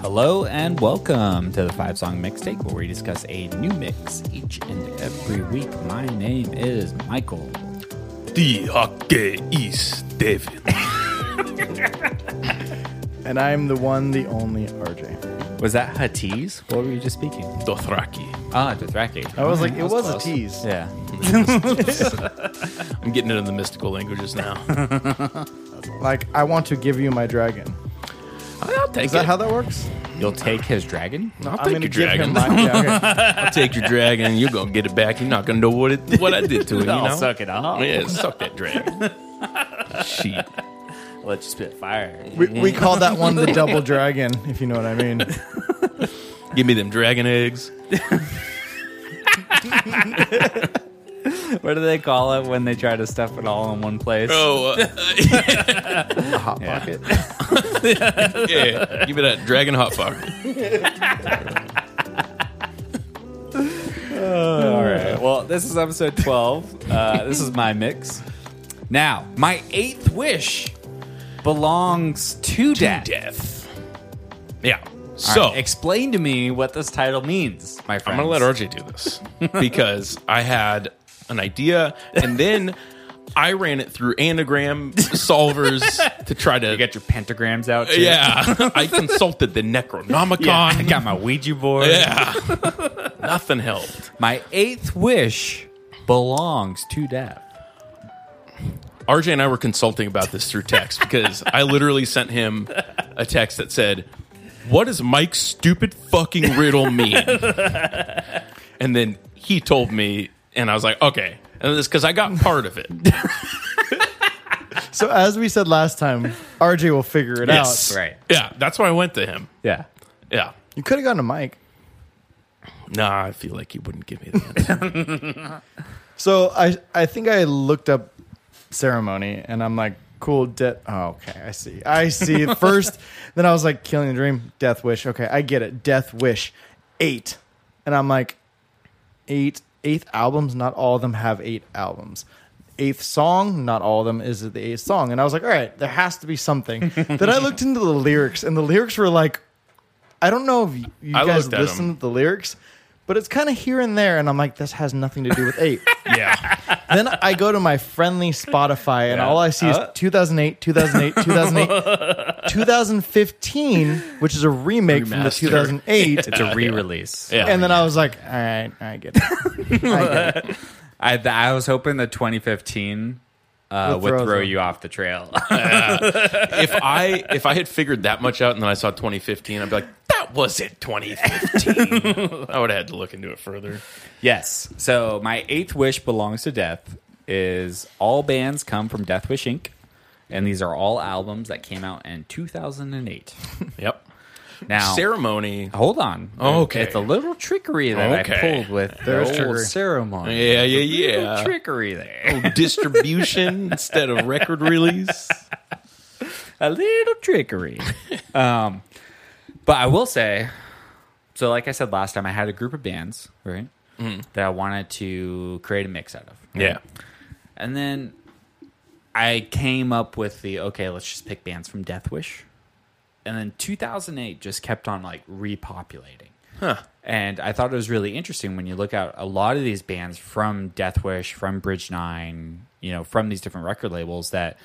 Hello and welcome to the Five Song Mixtape, where we discuss a new mix each and every week. My name is Michael. The hockey is David. And I'm the one, the only RJ. Was that Hatiz? What were you just speaking? Dothraki. Ah, Dothraki. I was like, That it was a close. tease. Yeah. I'm getting into the mystical languages now. Like, I want to give you my dragon. I'll take Is that it. how that works? You'll take his dragon? I'll I'm take gonna your give dragon. him my yeah, I'll take your dragon. You're gonna get it back. You're not gonna know what it what I did to it. You I'll know? suck it up. Yeah, suck that dragon. Shit. Let you spit fire. okay. we, we call that one the double dragon, if you know what I mean. Give me them dragon eggs. What do they call it when they try to stuff it all in one place? Oh uh, A hot pocket. yeah. Give me that dragon hot pocket. All right. Well, this is episode 12. Uh, this is my mix. Now, my eighth wish belongs to, death. Death. Yeah. All So right, explain to me what this title means, my friend. I'm gonna let RJ do this because I had an idea and then I ran it through anagram solvers to try to You got your pentagrams out. Too? Yeah, I consulted the Necronomicon. Yeah, I Yeah, got my Ouija board. nothing helped. My eighth wish belongs to death. RJ and I were consulting about this through text because I literally sent him a text that said, "What does Mike's stupid fucking riddle mean?" and then he told me, and I was like, "Okay." And this because I got part of it. So, as we said last time, RJ will figure it out. right. Yeah, that's why I went to him. Yeah. Yeah. You could have gotten a mic. Nah, I feel like he wouldn't give me the answer. So, I, I think I looked up ceremony and I'm like, cool, death. Oh, okay, I see. I see. First, then I was like, killing the dream, death wish. Okay, I get it. Death wish, eight. And I'm like, eight eighth albums not all of them have eight albums eighth song not all of them is the eighth song and i was like all right there has to be something then i looked into the lyrics and the lyrics were like i don't know if you I guys looked at 'em. listen to the lyrics but it's kind of here and there and i'm like this has nothing to do with eight yeah. then i go to my friendly spotify and Yeah. all i see is Uh. 2008 2008 2008 2015 which is a remake from the Remaster. 2008 It's a re-release. Uh, Yeah. and then i was like all right i get it, I get it. I, th- I was hoping the 2015 uh, Would would throw throw them. you off the trail. if I if I had figured that much out and then I saw 2015, I'd be like, that wasn't 2015. I would have had to look into it further. Yes. So my eighth wish belongs to Death. Is all bands come from Death Wish Inc. And these are all albums that came out in 2008. Yep. Now, Ceremony. hold on. Okay. it's a little trickery that I Okay. pulled with There's the old trickery. ceremony. Yeah, Little yeah, yeah. trickery there. Distribution instead of record release. a little trickery. um, but I will say, so like I said last time, I had a group of bands, right, Mm-hmm. that I wanted to create a mix out of. Yeah. And then I came up with the okay, let's just pick bands from Death Wish. And then 2008 just kept on like repopulating. Huh. And I thought it was really interesting when you look at a lot of these bands from Death Wish, from Bridge Nine, you know, from these different record labels that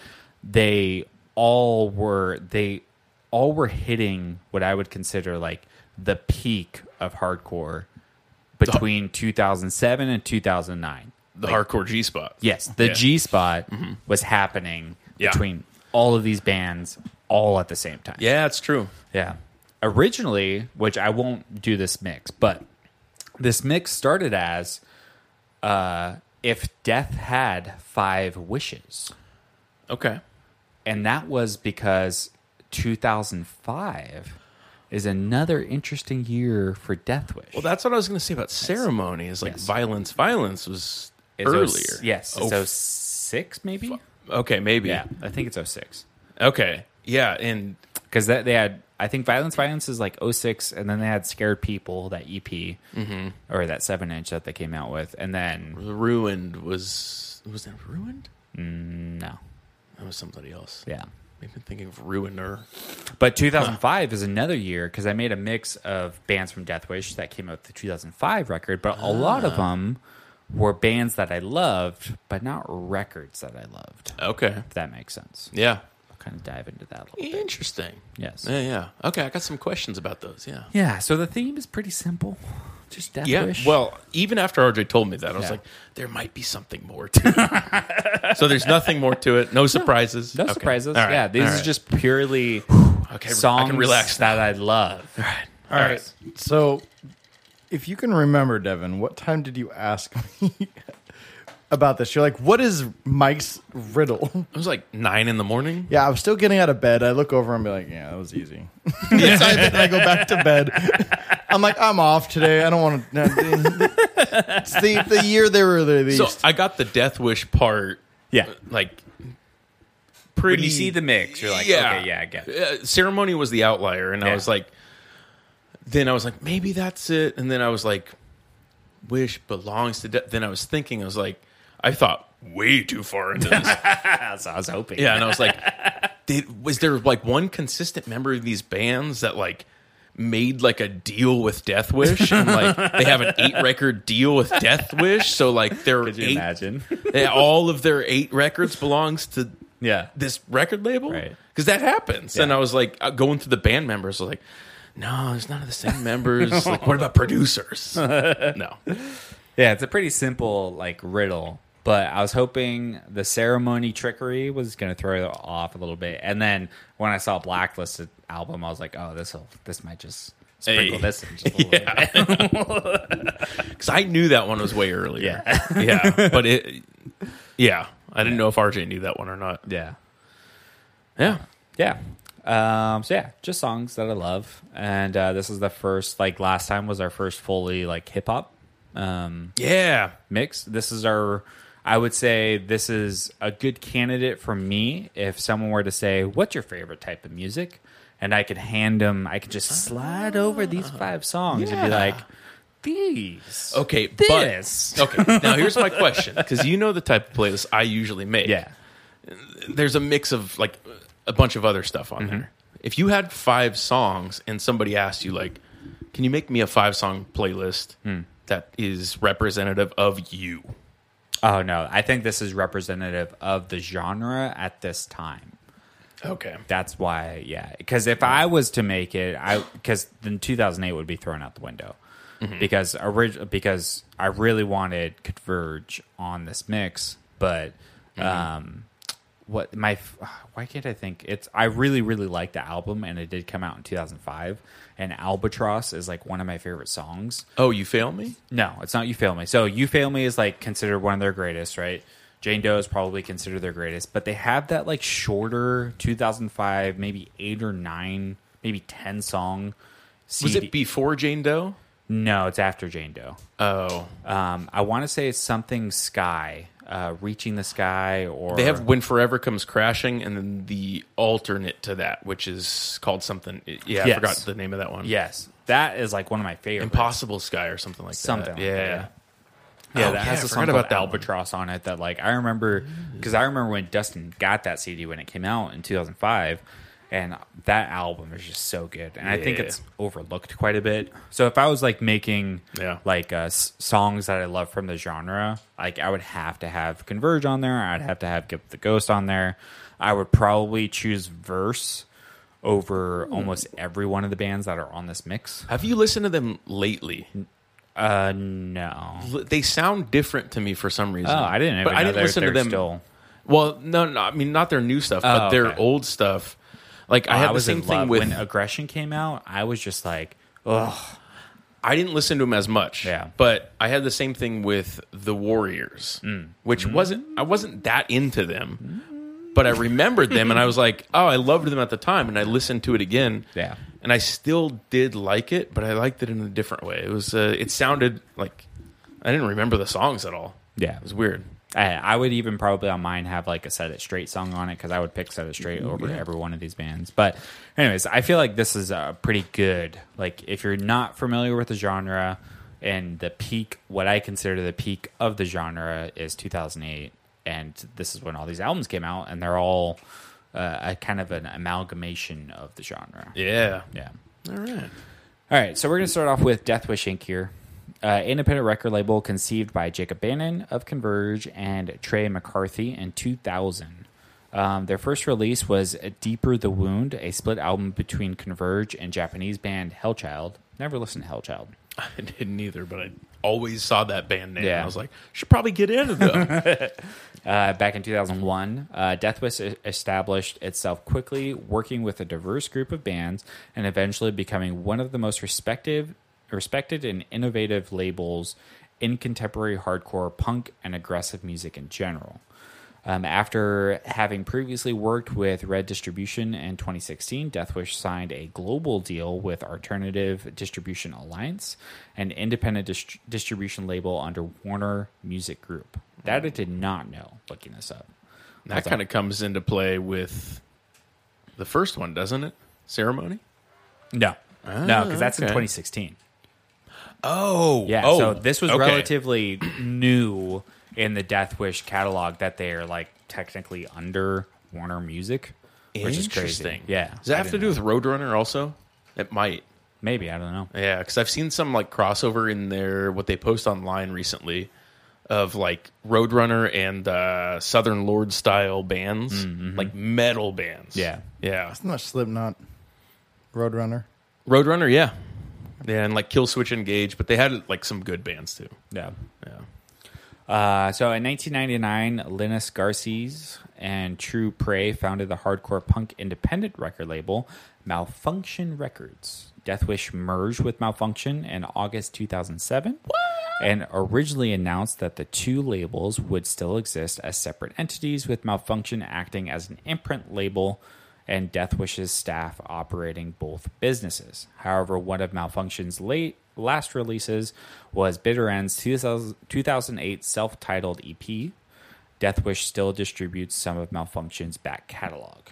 they all were they all were hitting what I would consider like the peak of hardcore between 2007 and 2009. The hardcore G spot. Yes, the Yeah. Mm-hmm. G spot was happening Yeah. between all of these bands all at the same time. Yeah, it's true. Yeah. Originally, which I won't do this mix, but this mix started as uh, if death had five wishes. Okay. And that was because 2005 is another interesting year for Death Wish. Well, that's what I was going to say about ceremony is like Yes. violence. Violence was It's earlier. 06 yes. Oh, It's 06, maybe? okay, maybe. Yeah, I think it's 06. Okay. Yeah. And because that they had I think Violence Violence is like 06, and then they had Scared People that EP Mm-hmm. or that seven inch that they came out with, and then ruined was. Was that ruined? no, That was somebody else. yeah, Maybe I'm thinking of Ruiner. But 2005 is another year because I made a mix of bands from Deathwish that came out with the 2005 record, but a lot of Ah. them were bands that I loved, but not records that I loved. Okay. If that makes sense. Yeah. I'll kind of dive into that a little bit. Interesting. Yes. Yeah, yeah. Okay, I got some questions about those. Yeah. Yeah. So the theme is pretty simple. Just Deathwish. Yeah. Well, even after RJ told me that, I was Yeah. like, there might be something more to it. so there's nothing more to it. No surprises. no Okay. surprises. All right. Yeah. These All are right. just purely okay, songs I can relax. that I love. All right. So, if you can remember, Devin, what time did you ask me about this? You're like, "What is Mike's riddle?" It was like nine in the morning. Yeah, I'm still getting out of bed. I look over and be like, "Yeah, that was easy." so I, think I go back to bed. I'm like, "I'm off today. I don't want to." it's the the year they were released. So I got the death wish part. yeah, Like When pretty. you see the mix, you're like, okay, yeah, I get it. Uh, ceremony was the outlier, and I Yeah. was like, then I was like, maybe that's it, and then I was like, wish belongs to. De-. Then I was thinking, I was like, I thought way too far into this. That's what I was hoping. Yeah, and I was like, did, was there like one consistent member of these bands that like made like a deal with Death Wish and like they have an eight record deal with Death Wish, so like their Could you eight, imagine? they- all of their eight records belongs to yeah. this record label Right. because that happens. And I was like uh, going through the band members, I was like. No, there's none of the same members. Like, what about producers? No, Yeah, it's a pretty simple like riddle, but I was hoping the ceremony trickery was going to throw it off a little bit. And then when I saw Blacklisted album, I was like, oh, this will this might just sprinkle Hey. this in just a little bit. because I knew that one was way earlier. Yeah, but it, yeah, I didn't know if RJ knew that one or not. Yeah. Yeah, Yeah. Um, so yeah, just songs that I love, and uh, this is the first. Like last time was our first fully like hip hop um, Yeah. mix. This is our. I would say this is a good candidate for me if someone were to say, "What's your favorite type of music?" and I could hand them, I could just slide over these five songs and be Yeah. like, "These." Okay, This. but okay. Now here's my question because you know the type of playlist I usually make. Yeah. there's a mix of like a bunch of other stuff on there. If you had five songs and somebody asked you like, "Can you make me a five song playlist that is representative of you?" Oh no, I think this is representative of the genre at this time. Okay. That's why, yeah. Because if I was to make it, I because then 2008 would be thrown out the window because orig- because I really wanted Converge on this mix, but um, what my f- why can't I think it's I really really like the album and it did come out in 2005 and Albatross is like one of my favorite songs. Oh, you fail me. No, it's not You Fail Me. So You Fail Me is like considered one of their greatest, right? Jane Doe is probably considered their greatest, but they have that like shorter 2005, maybe eight or nine, maybe 10 song. Was CD. it before Jane Doe? No, it's after Jane Doe. Oh, Um, I want to say it's something Sky, uh, Reaching the Sky, or they have "When Forever Comes Crashing" and then the alternate to that, which is called something. Yeah, I Yes. forgot the name of that one. yes, that is like one of my favorites. Impossible Sky or something like Something that. like yeah. that, yeah. Yeah, Oh, that yeah, has I a forgot song about about that one. Albatross on it that like I remember because I remember when Dustin got that CD when it came out in 2005, and that album is just so good, and I think Yeah. it's overlooked quite a bit. So if I was like making Yeah. like uh, s- songs that I love from the genre, like I would have to have Converge on there, I'd have to have Give the Ghost on there, I would probably choose Verse over Hmm. almost every one of the bands that are on this mix. Have you listened to them lately? Uh, no. L- They sound different to me for some reason. Oh, I didn't. Even But I know didn't they're- listen to they're them. Still. Well, no, no, I mean not their new stuff, but Oh, their okay. Oh, old stuff. Like I I, had the was same in thing love with. when aggression came out. I was just like, oh, I didn't listen to them as much. Yeah. Mm. But I had the same thing with the Warriors, which wasn't. I wasn't that into them, but I remembered them, and I was like, oh, I loved them at the time, and I listened to it again. Yeah. And I still did like it, but I liked it in a different way. It was. Uh, it sounded like I didn't remember the songs at all. Yeah. It was weird. I, I would even probably on mine have like a Set It Straight song on it because I would pick Set It Straight over every one of these bands. But, anyways, I feel like this is a pretty good. Like, if you're not familiar with the genre and the peak, what I consider the peak of the genre is 2008, and this is when all these albums came out, and they're all uh, a kind of an amalgamation of the genre. Yeah. Yeah. All right. All right, so we're going to start off with Death Wish Inc. here. Uh, independent record label conceived by Jacob Bannon of Converge and Trey McCarthy in 2000. Um, their first release was Deeper the Wound, a split album between Converge and Japanese band Hellchild. Never listened to Hellchild. I didn't either, but I always saw that band name. Yeah. And I was like, should probably get into them. Uh, back in 2001, uh, Death Wish e- established itself quickly, working with a diverse group of bands and eventually becoming one of the most respected, respected and innovative labels in contemporary hardcore, punk, and aggressive music in general. Um, after having previously worked with Red Distribution in 2016, Deathwish signed a global deal with Alternative Distribution Alliance, an independent dist- distribution label under Warner Music Group. That I did not know looking this up. that kind of comes into play with the first one, doesn't it? Ceremony? No, no, because that's in okay. 2016. Oh. Yeah, Oh, so this was okay. relatively new in the Death Wish catalog that they are like technically under Warner Music, which is crazy. Interesting. Yeah, Does that I have to didn't do know. with Roadrunner also? It might. maybe I don't know. Yeah, because I've seen some like crossover in their what they post online recently of like Roadrunner and uh, Southern Lord style bands, like metal bands. Mm, mm-hmm. Yeah. yeah. Not Slipknot, Roadrunner. Roadrunner, yeah, yeah, and like Kill Switch Engage, but they had like some good bands too. Yeah. Yeah, Uh, so in 1999, Linus Garces and True Prey founded the hardcore punk independent record label Malfunction Records. Deathwish merged with Malfunction in August 2007 and originally announced that the two labels would still exist as separate entities, with Malfunction acting as an imprint label and Deathwish's staff operating both businesses. However, one of Malfunction's late last releases was Bitter End's 2000 2008 self-titled E EP. Deathwish still distributes some of Malfunction's back catalog.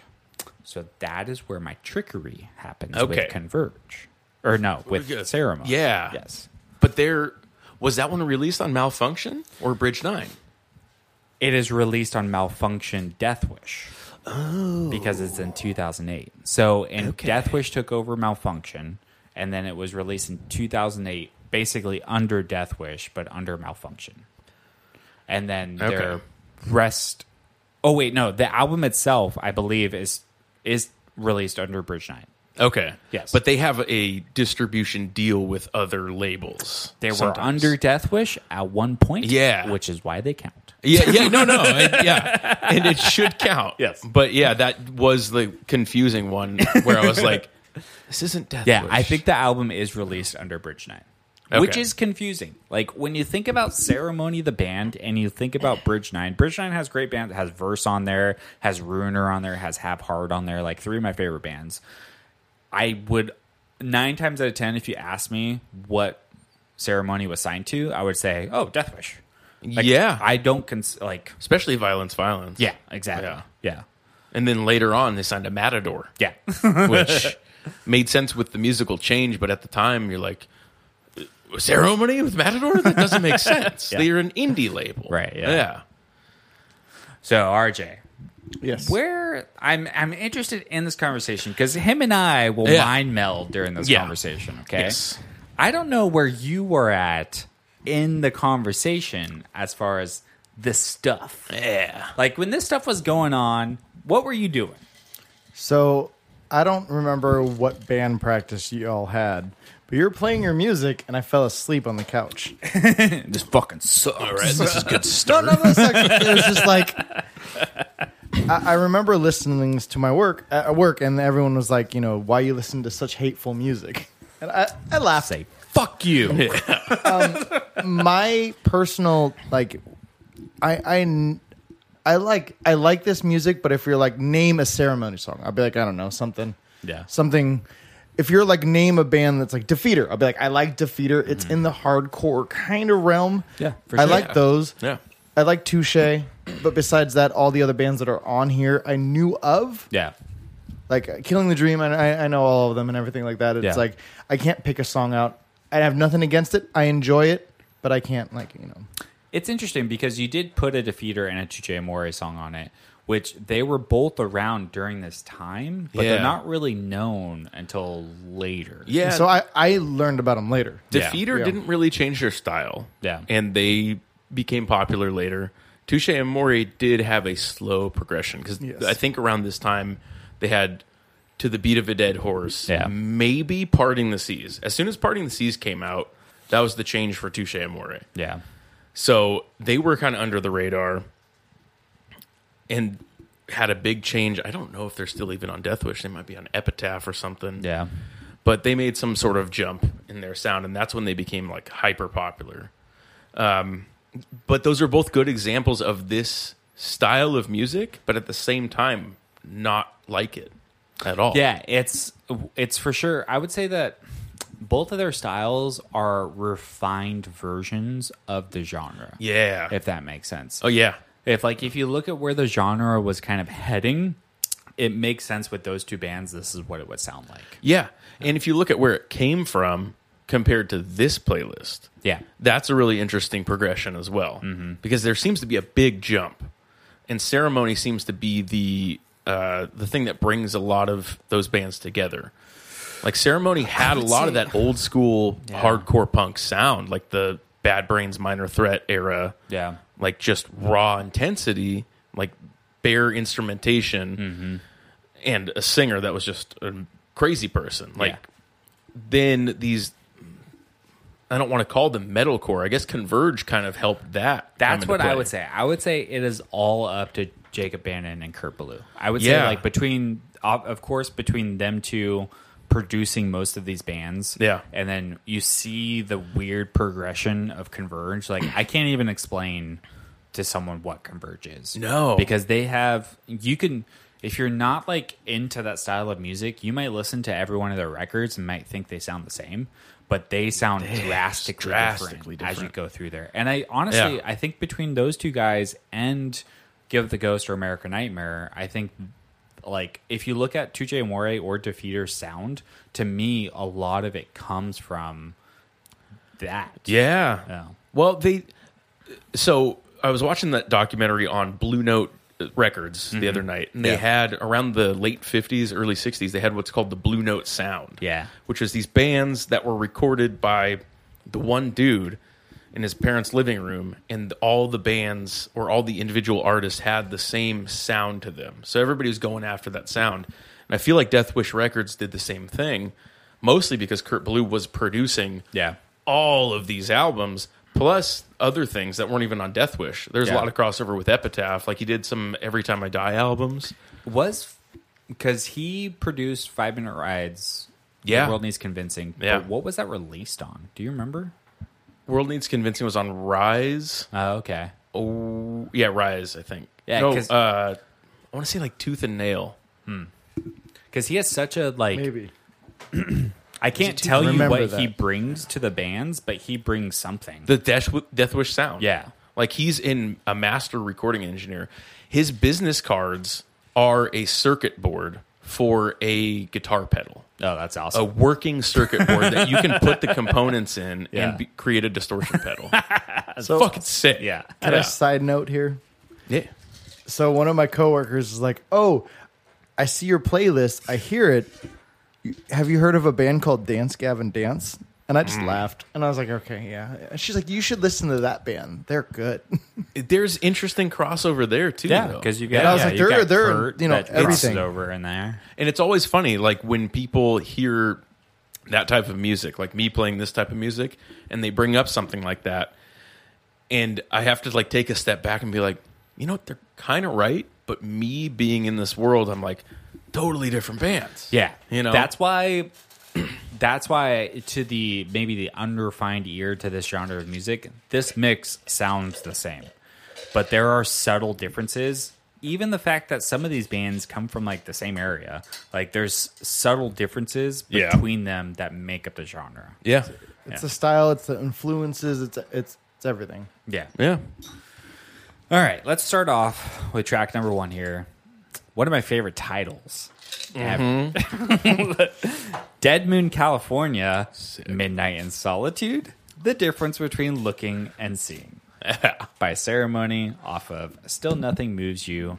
So that is where my trickery happens Okay. with Converge. Or no, good. with Ceremony. Yeah. Yes. but there was that one released on Malfunction or Bridge Nine. it is released on Malfunction Death Wish. Because it's in 2008. So, and Oh. Okay. Death Wish took over Malfunction, and then it was released in 2008, basically under Death Wish, but under Malfunction. And then their Okay. rest. Oh, wait, no. The album itself, I believe, is is released under Bridge Night. Okay, Yes. but they have a distribution deal with other labels. They were sometimes. under Death Wish at one point. Yeah. Which is why they count. Yeah, yeah, no, no, I- yeah, and it should count. Yes. but yeah, that was the confusing one where I was like, "This isn't Death." Yeah, Wish. I think the album is released under Bridge Night, which Okay. is confusing. Like when you think about Ceremony the band and you think about Bridge Nine, Bridge Nine has great bands, has Verse on there, has Ruiner on there, has Have Hard on there, like three of my favorite bands. I would nine times out of ten, if you ask me what Ceremony was signed to, I would say, "Oh, Death Wish." Like, yeah, I don't cons- like. especially violence, violence. Yeah, exactly. Yeah. yeah. and then later on they signed a Matador, yeah. which made sense with the musical change, but at the time you're like, "Ceremony with Matador? That doesn't make sense." They're an indie label, Right, yeah. yeah. so RJ, Yes. Where I'm I'm interested in this conversation because him and I will Yeah. mind meld during this Yeah. conversation. Okay. Yes. I don't know where you were at in the conversation as far as the stuff. yeah. Like when this stuff was going on, what were you doing? So I don't remember what band practice you all had, but you were playing your music, and I fell asleep on the couch. This fucking sucks. All right, this is good stuff. Oh, No, no, no. it's like- It was just like I, I remember listening to my work at work, and everyone was like, you know, why you listen to such hateful music? And I, I laughed. Say fuck you. my personal like, I I. n- I like I like this music, but if you're like name a ceremony song, I'll be like I don't know something, Yeah. something. If you're like name a band that's like Defeater, I'll be like I like Defeater. It's in the hardcore kind of realm. Mm. Yeah, for I sure. like those. Yeah. I like Touche, but besides that, all the other bands that are on here I knew of, Yeah. like Killing the Dream. I- I, I know all of them and everything like that. It's Yeah. like I can't pick a song out. I have nothing against it. I enjoy it, but I can't like you know. It's interesting because you did put a defeater and a Chuche Amore song on it, which they were both around during this time, but Yeah. they're not really known until later. Yeah. So I, I learned about them later. Yeah. Defeater Yeah. didn't really change their style. Yeah. And they became popular later. Touche and Mori did have a slow progression because Yes. I think around this time they had To the Beat of a Dead Horse, Yeah. maybe Parting the Seas. As soon as Parting the Seas came out, that was the change for Touche and Mori. Yeah. So they were kind of under the radar and had a big change. I don't know if they're still even on Death Wish. They might be on Epitaph or something Yeah. but they made some sort of jump in their sound, and that's when they became like hyper popular. Um, but those are both good examples of this style of music, but at the same time, not like it at all. Yeah, it's it's for sure. I would say that both of their styles are refined versions of the genre. yeah. If that makes sense. oh yeah, If like if you look at where the genre was kind of heading, it makes sense with those two bands. This is what it would sound like. yeah. And if you look at where it came from compared to this playlist, Yeah. that's a really interesting progression as well because there seems to be a big jump and ceremony seems to be the uh, the thing that brings a lot of those bands together like ceremony had a lot of that old school hardcore punk sound like the bad brains minor threat era Yeah. like just raw intensity like bare instrumentation Mm-hmm. and a singer that was just a crazy person like then these I don't want to call them metalcore. I guess Converge kind of helped that. come That's into what I play. would say. I would say it is all up to Jacob Bannon and Kurt Ballou. I would Yeah. say like between of of course between them two producing most of these bands. Yeah. And then you see the weird progression of Converge. Like I can't even explain to someone what Converge is. No. Because they have you can if you're not like into that style of music, you might listen to every one of their records and might think they sound the same, but they sound drastically, drastically different as you different. go through there. And I honestly, Yeah. I think between those two guys and Give the Ghost or American Nightmare, I think like if you look at 2J Amore or Defeater sound, to me a lot of it comes from that. Yeah. Yeah. Well, they. So I was watching that documentary on Blue Note Records the other night, and they Mm-hmm. Yeah. had around the late '50s, early '60s, they had what's called the Blue Note sound. Yeah. Which is these bands that were recorded by the one dude in his parents' living room, and all the bands or all the individual artists had the same sound to them. So everybody was going after that sound, and I feel like Death Wish Records did the same thing. Mostly because Kurt Blue was producing Yeah. all of these albums plus other things that weren't even on Death Wish. There's a Yeah. lot of crossover with Epitaph. Like he did some Every Time I Die albums. Was because he produced Five Minute Rides. Yeah. The World Needs Convincing. Yeah. But what was that released on? Do you remember? World Needs Convincing was on Rise. Oh, okay. Oh, yeah, Rise, I think. Yeah, no, 'cause- uh, I want to say like Tooth and Nail. Because he has such a like Maybe. I can't tell you remember what that. he brings to the bands, but he brings something. The Death, Death Wish sound. Yeah. Like he's in a master recording engineer. His business cards are a circuit board for a guitar pedal. oh, that's a awesome. working circuit board that you can put the components in Yeah. and be, create a distortion pedal. So Fucking sick. yeah. Had Yeah. a side note here. Yeah. So one of my coworkers is like, "Oh, I see your playlist. I hear it. You- Have you heard of a band called Dance Gavin Dance?" And I Mm. just laughed, and I was like, "Okay, yeah." And she's like, "You should listen to that band. They're good." There's interesting crossover there too. Yeah, though. because you got I was yeah, like, you they're- got they're, Kurt you know, that crosses everything. over in there. and it's always funny like when people hear that type of music, like me playing this type of music, and they bring up something like that, and I have to like take a step back and be like, you know what, they're kind of right, but me being in this world, I'm like, totally different bands. Yeah, you know that's why. That's why to the maybe the unrefined ear to this genre of music, this mix sounds the same, but there are subtle differences. Even the fact that some of these bands come from like the same area, like there's subtle differences Yeah. between them that make up the genre. yeah, It's the style. It's the influences. It's it's it's everything. Yeah. yeah. All right, let's start off with track number one here. One of my favorite titles. ever. Dead Moon, California, Midnight in Solitude, The Difference Between Looking and Seeing by Ceremony off of Still Nothing Moves You,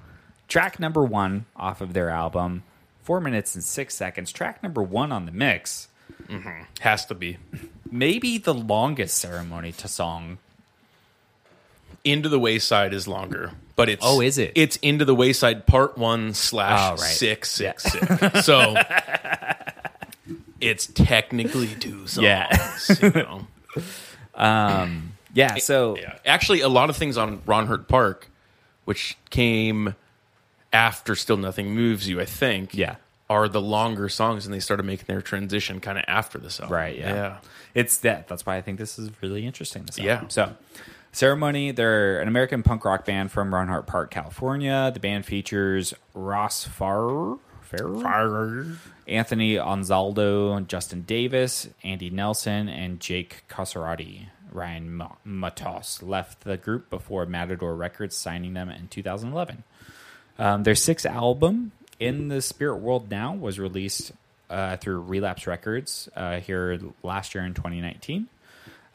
Track number one off of their album, four minutes and six seconds. Track number one on the mix, Has to be maybe the longest ceremony to song. Into the Wayside is longer, but it's Oh, is it? It's Into the Wayside Part One slash Oh, right. six six six. So it's technically two songs. Yeah. you know? Yeah, so Yeah. Actually, a lot of things on Ron Hurt Park, which came after Still Nothing Moves You, I think. Yeah. Are the longer songs, and they started making their transition kind of after this album. Right. Yeah. Yeah. It's that. That's why I think this is really interesting. This Yeah. album. So, Ceremony, they're an American punk rock band from Ronhart Park, California. The band features Ross Farrer. Farrer? Anthony Onzaldo, Justin Davis, Andy Nelson, and Jake Casarati. Ryan Ma- Matos left the group before Matador Records signing them in 2011. Um, their sixth album, In the Spirit World Now, was released uh, through Relapse Records uh, here last year in 2019.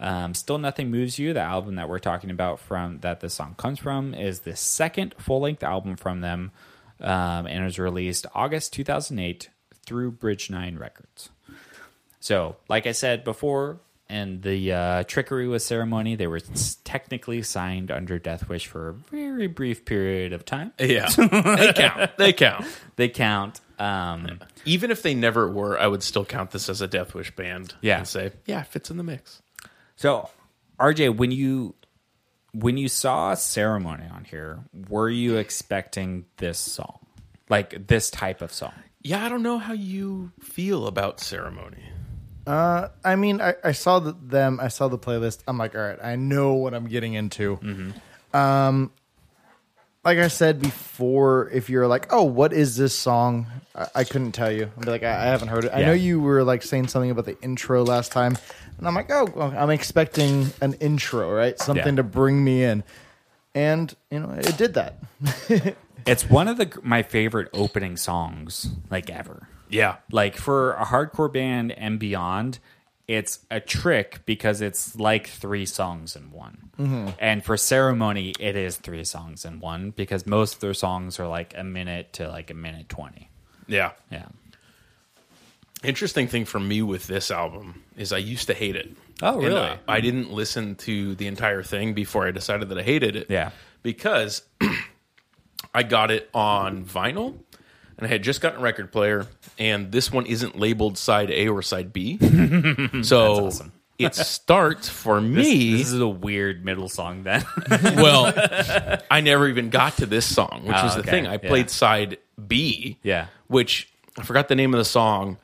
Um, Still Nothing Moves You, the album that we're talking about from that this song comes from, is the second full length album from them um, and was released August 2008 through Bridge Nine Records. So, like I said before, and the uh, trickery with ceremony, they were s- technically signed under Death Wish for a very brief period of time Yeah. they count. They count. they count. Um, Even if they never were, I would still count this as a Death Wish band. Yeah. And say, yeah, it fits in the mix. so, RJ, when you when you saw ceremony on here, were you expecting this song, like this type of song? Yeah, I don't know how you feel about ceremony. Uh, I mean, I, I saw the, them. I saw the playlist. I'm like, all right, I know what I'm getting into. Um, Mm-hmm. like I said before, if you're like, oh, what is this song? I, I couldn't tell you. I'd be like, I, I haven't heard it. I Yeah. know you were like saying something about the intro last time, and I'm like, oh, well, I'm expecting an intro, right? Something Yeah. to bring me in, and you know, it did that. It's one of the my favorite opening songs, like ever. Yeah. Like for a hardcore band and beyond, it's a trick because it's like three songs in one. And for ceremony, it is three songs in one because most of their songs are like a minute to like a minute twenty. Yeah. Yeah. Interesting thing for me with this album is I used to hate it. Oh, really? And, uh, I didn't listen to the entire thing before I decided that I hated it. Yeah. Because I got it on vinyl and I had just gotten a record player and this one isn't labeled side A or side B. so it starts for me This is a weird middle song then. well, I never even got to this song, which was Oh, the okay. thing. I Yeah. played side B. Yeah. Which I forgot the name of the song,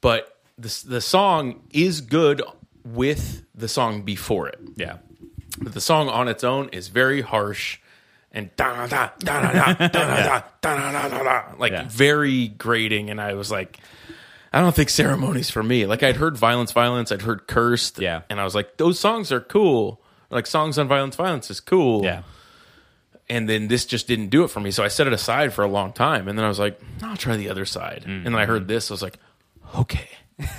but the the song is good with the song before it. yeah. But the song on its own is very harsh and da da da da da da da da da da da da like Yeah. very grating and I was like I don't think ceremonies for me. Like I'd heard violence violence, I'd heard cursed Yeah. and I was like those songs are cool. Like songs on violence violence is cool Yeah. and then this just didn't do it for me. So I set it aside for a long time, and then I was like, "No, I'll try the other side. Mm. And then I heard this, I was like, okay,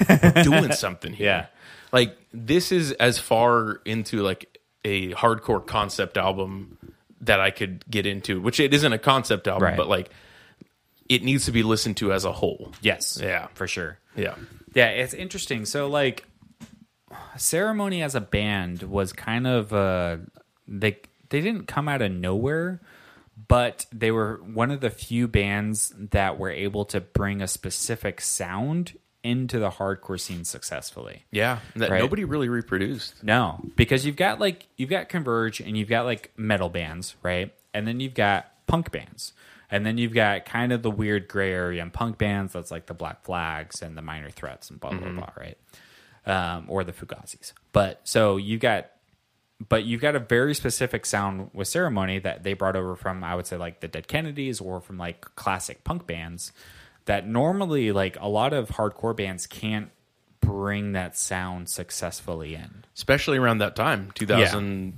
we're doing something here. Yeah. Like this is as far into like a hardcore concept album that I could get into, which it isn't a concept album, Right. but like it needs to be listened to as a whole. Yes. Yeah. For sure. Yeah. Yeah, it's interesting. So like ceremony as a band was kind of uh they they didn't come out of nowhere, but they were one of the few bands that were able to bring a specific sound into the hardcore scene successfully. Yeah. That Right. nobody really reproduced. No, because you've got like you've got Converge and you've got like metal bands, right? And then you've got punk bands. And then you've got kind of the weird gray area in punk bands that's like the Black Flags and the Minor Threats and blah blah blah, right? Um, or the Fugazis. But so you got but you've got a very specific sound with ceremony that they brought over from i would say like the dead kennedys or from like classic punk bands that normally like a lot of hardcore bands can't bring that sound successfully in especially around that time 2000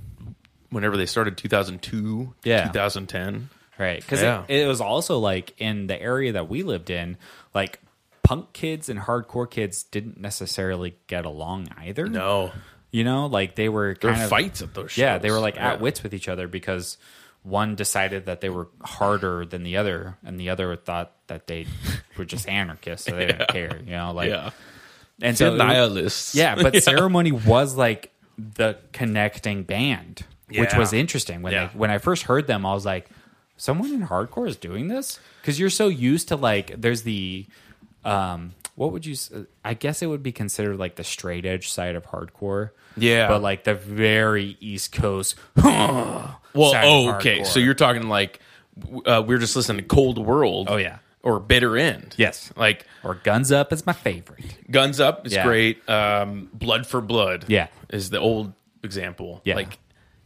whenever they started 2002 Yeah. 2010 right because Yeah. it, it was also like in the area that we lived in like punk kids and hardcore kids didn't necessarily get along either no you know like they were there kind were of fights at those shows yeah they were like Yeah. at wits with each other because one decided that they were harder than the other, and the other thought that they were just anarchists, so they didn't care. You know, like yeah. and so it was- Denialists. yeah, but ceremony was like the connecting band, which Yeah. was interesting. When Yeah. they, when I first heard them, I was like, someone in hardcore is doing this because you're so used to like there's the um what would you s- i guess it would be considered like the straight edge side of hardcore Yeah. but like the very east coast Well, side of oh, okay. hardcore. So you're talking like w- uh, we we're just listening to Cold World. Oh, yeah. Or Bitter End. Yes. Like or guns up is my favorite Guns Up is Yeah. great. Um, Blood for Blood. Yeah. Is the old example. Yeah. Like,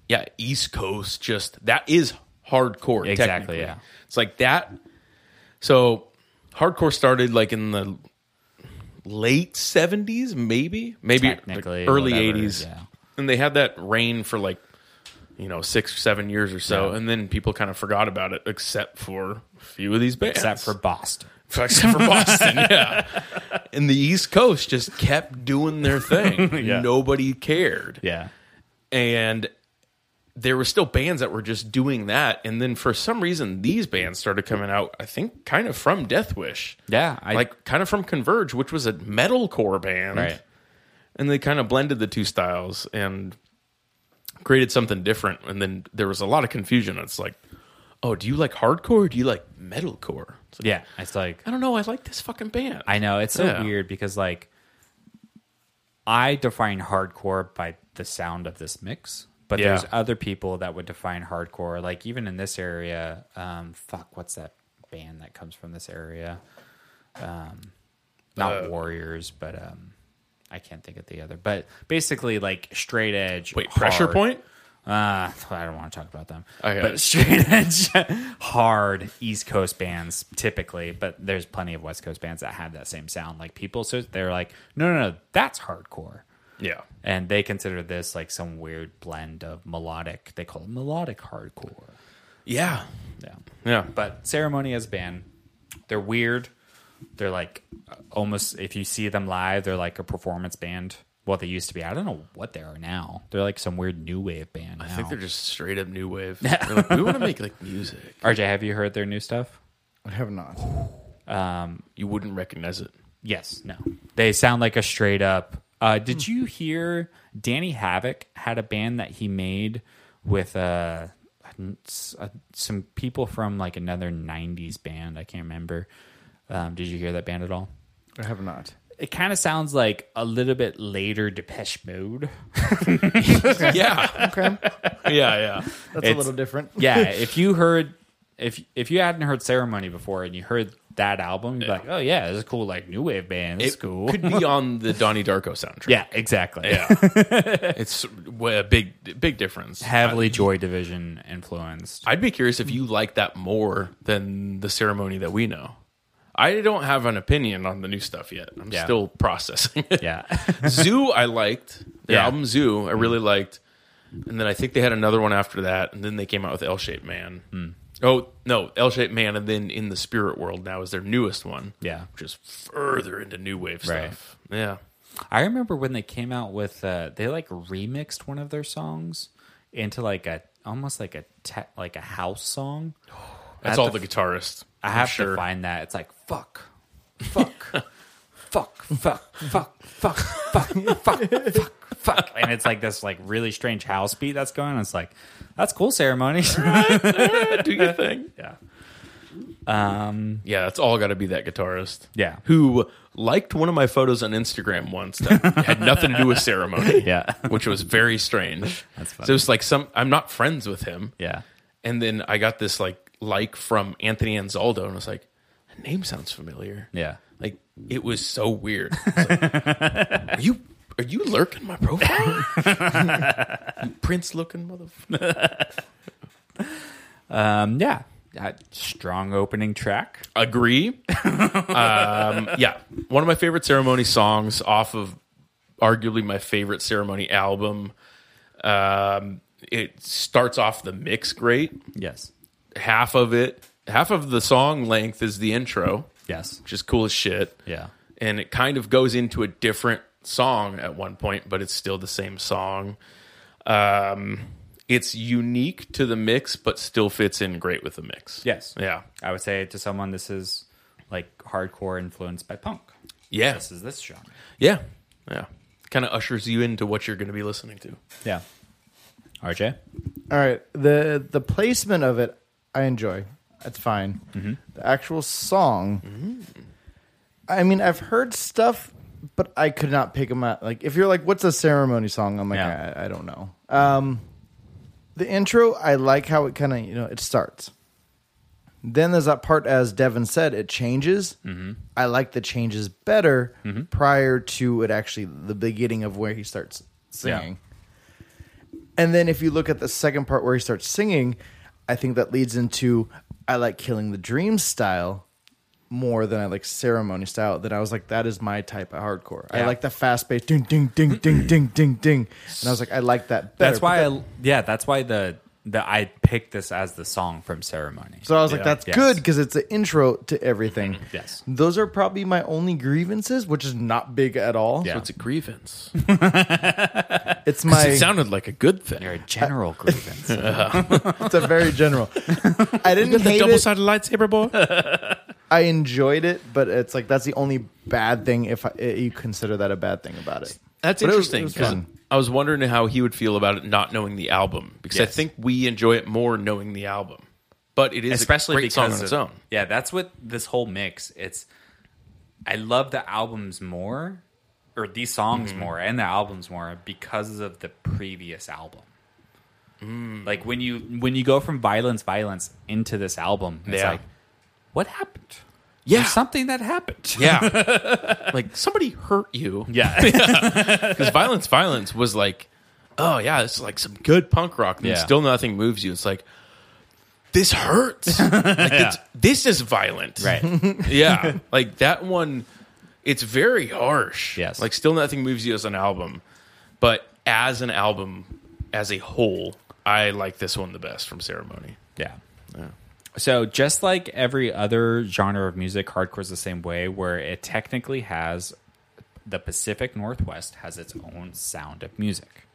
yeah, East Coast. Just that is hardcore. Exactly, technically. yeah. It's like that. So hardcore started like in the late seventies, maybe, maybe like, Technically, early whatever, eighties, yeah. and they had that reign for like you know six or seven years or so, and then people kind of forgot about it, except for a few of these bands, except for boston except for Boston, yeah. And the East Coast just kept doing their thing. Yeah. Nobody cared. yeah And there were still bands that were just doing that. And then for some reason, these bands started coming out, I think, kind of from Death Wish. yeah I, like kind of from Converge, which was a metalcore band. right And they kind of blended the two styles and created something different. And then there was a lot of confusion. It's like, oh, do you like hardcore? Or do you like metalcore? It's like, yeah it's like I don't know. I like this fucking band. I know it's so Yeah. weird because like I define hardcore by the sound of this mix, but Yeah. there's other people that would define hardcore like even in this area. Um, fuck, what's that band that comes from this area? Um, Uh, not Warriors, but um, I can't think of the other. But basically, like straight edge. Wait, Pressure hard- Point? uh, I don't want to talk about them. Okay. But straight edge, hard East Coast bands typically, but there's plenty of West Coast bands that have that same sound. Like people, so they're like, no, no, no, that's hardcore. Yeah. And they consider this like some weird blend of melodic, they call it melodic hardcore. Yeah. Yeah. Yeah. But Ceremony as a band, they're weird. They're like uh, almost, if you see them live, they're like a performance band. Well, they used to be. I don't know what they are now. They're like some weird new wave band. I now. think they're just straight up new wave. They're like, we want to make like music. RJ, have you heard their new stuff? I have not. You wouldn't recognize it. Yes. No. They sound like a straight up. Uh, did you hear Danny Havoc had a band that he made with uh, s- uh, some people from like another 90s band? I can't remember. Um, did you hear that band at all? I have not. It kind of sounds like a little bit later Depeche Mode. yeah. Okay, Yeah. Yeah. that's a It's- little different. yeah, if you heard if if you hadn't heard Ceremony before and you heard that album, you'd be like, oh yeah, this is a cool like new wave band. It's It cool. could be on the Donnie Darko soundtrack. yeah, exactly. Yeah. it's way- a big, big difference. heavily Joy Division influenced. I'd be curious if you like that more than the ceremony that we know. I don't have an opinion on the new stuff yet. I'm Yeah. still processing it. Yeah, Zoo, I liked their Yeah. album Zoo. I really liked, and then I think they had another one after that, and then they came out with L Shaped Man. Hmm. Oh no, L Shaped Man, and then In the Spirit World now is their newest one. Yeah. which is further into new wave Right. stuff. Yeah, I remember when they came out with uh, they like remixed one of their songs into like a almost like a te- like a house song. that's I all have the to- guitarist. I I'm have Oh, sure. to find that. It's like fuck, fuck, fuck, fuck, fuck, fuck, fuck, fuck, fuck, fuck, and it's like this like really strange house beat that's going. on. It's like that's cool ceremony. do your thing. yeah, Yeah, that's all got to be that guitarist. Yeah. who liked one of my photos on Instagram once that had nothing to do with ceremony. Yeah. which was very strange. That's funny. So it's like some. I'm not friends with him. yeah, And then I got this like like from Anthony Anzaldo, and I was like, that name sounds familiar. yeah. Like it was so weird. I was like, are you are you lurking my profile? Prince looking motherfucker. Um, yeah, that strong opening track. Agree. um, yeah. One of my favorite ceremony songs off of arguably my favorite ceremony album. Um, it starts off the mix great. Yes, Half of it, half of the song length is the intro, yes, which is cool as shit. yeah, and it kind of goes into a different song at one point, but it's still the same song. Um, it's unique to the mix, but still fits in great with the mix. Yes. Yeah. I would say to someone this is like hardcore influenced by punk. Yeah. This is this genre. Yeah. Yeah. Kind of ushers you into what you're going to be listening to. Yeah. RJ? All right. The the placement of it, I enjoy. That's fine. The actual song, I mean, I've heard stuff, but I could not pick them out. Like, if you're like, "What's a ceremony song?" I'm like, Yeah. I, I don't know. Um, the intro, I like how it kind of you know it starts. Then there's that part, as Devin said, it changes. I like the changes better prior to it actually the beginning of where he starts singing. And then if you look at the second part where he starts singing, I think that leads into I like killing the dream style more than I like ceremony style. Then I was like, that is my type of hardcore. I Yeah. like the fast paced ding ding ding ding ding ding ding. And I was like, I like that better. That's But why that- I yeah, that's why the the I picked this as the song from Ceremony. So I was like, Yeah. that's Yes. good because it's an intro to everything. Yes. Those are probably my only grievances, which is not big at all. Yeah. It's a grievance. It's my it sounded like a good thing. You're a general grievance. it's a very general. I didn't hate Double it. sided lightsaber boy. I enjoyed it, but it's like that's the only bad thing if I, you consider that a bad thing about it. That's But it was- interesting. it was 'cause fun. I was wondering how he would feel about it not knowing the album because I Yes. think we enjoy it more knowing the album. But it is especially a great because song on of- its own. Yeah, that's what this whole mix. It's I love the albums more, or these songs Mm-hmm. more, and the albums more because of the previous album. Mm. Like when you when you go from violence, violence into this album, it's Yeah. like what happened? Yeah. There's something that happened. Yeah. like somebody hurt you. Yeah, Because Violence Violence was like, oh, yeah, it's like some good punk rock. And Yeah. still nothing moves you. It's like, this hurts. like, it's, this is violent. right. yeah. Like that one, it's very harsh. Yes. Like still nothing moves you as an album, but as an album, as a whole, I like this one the best from Ceremony. Yeah. So just like every other genre of music, hardcore is the same way, where it technically has the Pacific Northwest has its own sound of music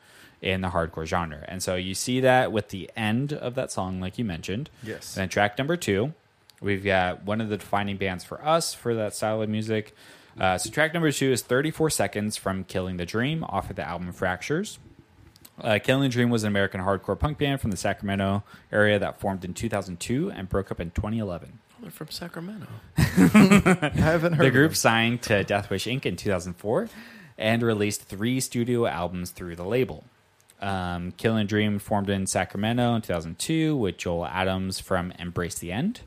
in the hardcore genre. And so you see that with the end of that song, like you mentioned. Yes. And then track number two, we've got one of the defining bands for us for that style of music. Uh, so track number two is 34 seconds from Killing the Dream off of the album Fractures. Uh, Killing the Dream was an American hardcore punk band from the Sacramento area that formed in 2002 and broke up in 2011. They're from Sacramento. I haven't heard The of group it. signed to Deathwish Inc. in 2004 and released three studio albums through the label. Um, Killing Dream formed in Sacramento in 2002 with Joel Adams from Embrace the End,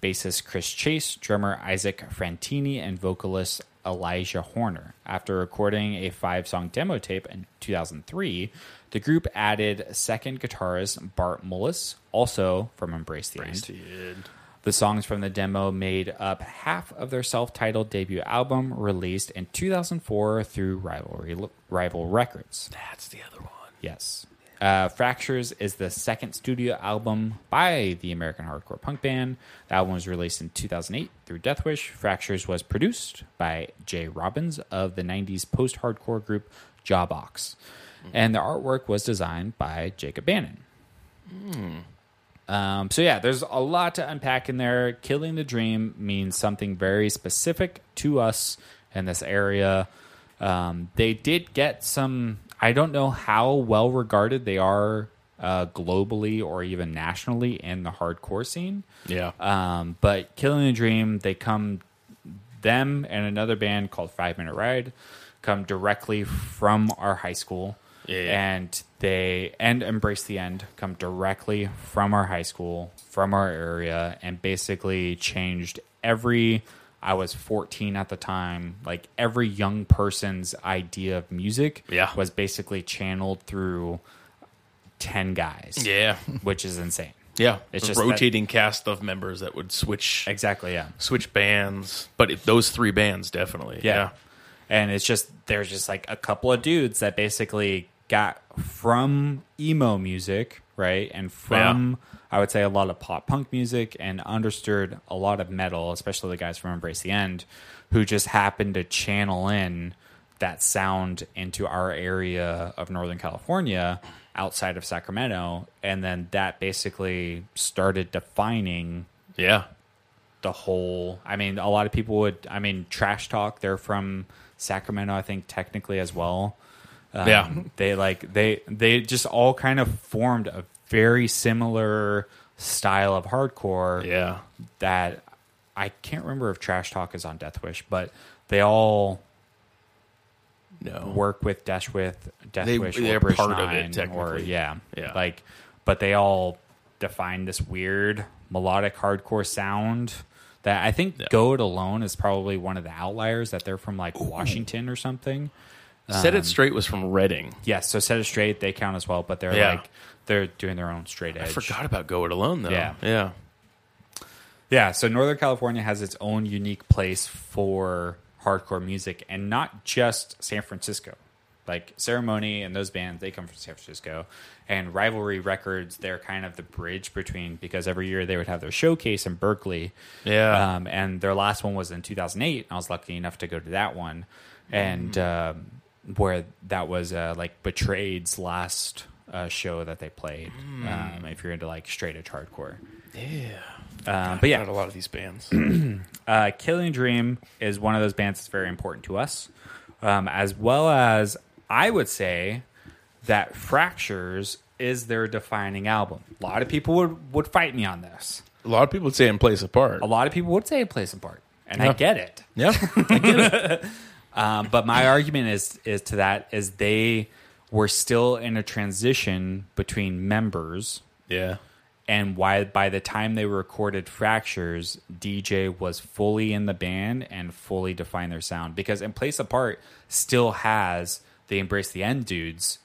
bassist Chris Chase, drummer Isaac Frantini, and vocalist Elijah Horner. After recording a five song demo tape in 2003, the group added second guitarist Bart Mullis, also from Embrace the End. The songs from the demo made up half of their self titled debut album released in 2004 through Rivalry, Rival Records. That's the other one. Yes. Uh, Fractures is the second studio album by the American hardcore punk band. The album was released in 2008 through Deathwish. Fractures was produced by Jay Robbins of the 90s post hardcore group Jawbox. And the artwork was designed by Jacob Bannon. Um, so yeah, there's a lot to unpack in there. Killing the dream means something very specific to us in this area. Um, they did get some. I don't know how well regarded they are uh, globally or even nationally in the hardcore scene. Yeah. Um, but Killing the Dream, they come, them and another band called Five Minute Ride come directly from our high school. Yeah. And they, and Embrace the End come directly from our high school, from our area, and basically changed every, I was 14 at the time, like every young person's idea of music Yeah. was basically channeled through 10 guys, yeah. which is insane. Yeah. It's It's just just rotating cast of members that would switch Exactly, yeah. switch bands, but it, those three bands definitely. Yeah. And it's just there's just like a couple of dudes that basically got from emo music, right? And from I would say a lot of pop punk music and understood a lot of metal, especially the guys from Embrace the End, who just happened to channel in that sound into our area of Northern California outside of Sacramento. And then that basically started defining Yeah. the whole i mean a lot of people would i mean trash talk they're from sacramento i think technically as well Um, Yeah. they like they they just all kind of formed a very similar style of hardcore Yeah. that i can't remember if trash talk is on death wish but they all No. work with Death with Death They- Wish they're or Bridge part of it, Nine or technically. yeah, Yeah. Like, but they all define this weird melodic hardcore sound that I think Go It Alone is probably one of the outliers that they're from like Washington or something. Set Um, It Straight was from Reading. Yes, so Set It Straight they count as well, but they're Yeah. like they're doing their own straight edge. I forgot about Go It Alone, though. Yeah. Yeah. Yeah, so Northern California has its own unique place for hardcore music and not just San Francisco. Like Ceremony and those bands, they come from San Francisco. And Rivalry Records, they're kind of the bridge between because every year they would have their showcase in Berkeley. Yeah. Um, and their last one was in 2008. And I was lucky enough to go to that one. And um, where that was uh, like Betrayed's last uh, show that they played, um, if you're into like straight edge hardcore. Yeah. Um, but yeah, Not a lot of these bands. uh, Killing Dream is one of those bands that's very important to us, um, as well as I would say that Fractures is their defining album. A lot of people would, would fight me on this. a lot of people would say in place apart. A lot of people would say it plays a part, and I Yeah. get it. Yeah. Um, but my argument is is to that is they were still in a transition between members yeah. and why by the time they recorded fractures dj was fully in the band and fully defined their sound because in place apart still has the embrace the end dudes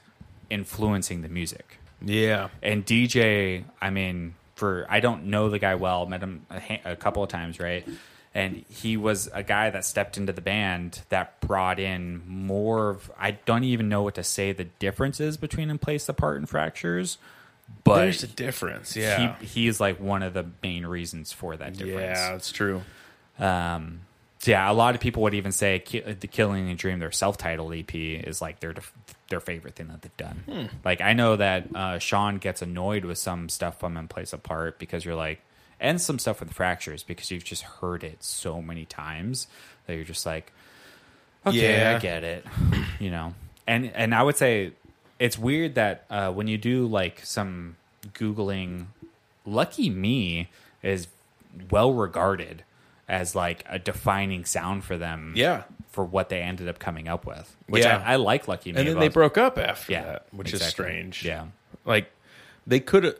influencing the music Yeah. and dj i mean for i don't know the guy well met him a, ha- a couple of times right and he was a guy that stepped into the band that brought in more of i don't even know what to say the difference is between in place apart and fractures but There's a difference. Yeah. he, he is like one of the main reasons for that difference. yeah, Yeah. that's true. Um, so yeah, a lot of people would even say Ki- the Killing and Dream, their self-titled EP, is like their def- their favorite thing that they've done. Hmm. Like I know that uh, Sean gets annoyed with some stuff from In Place Apart because you're like, and some stuff with Fractures because you've just heard it so many times that you're just like, okay, Yeah. I get it, you know. And and I would say it's weird that uh, when you do like some googling, Lucky Me is well regarded as like a defining sound for them. Yeah. for what they ended up coming up with, which Yeah. I, I like Lucky Me. And then but they I was- broke up after Yeah, that, which is exactly. strange. Yeah, Like they could have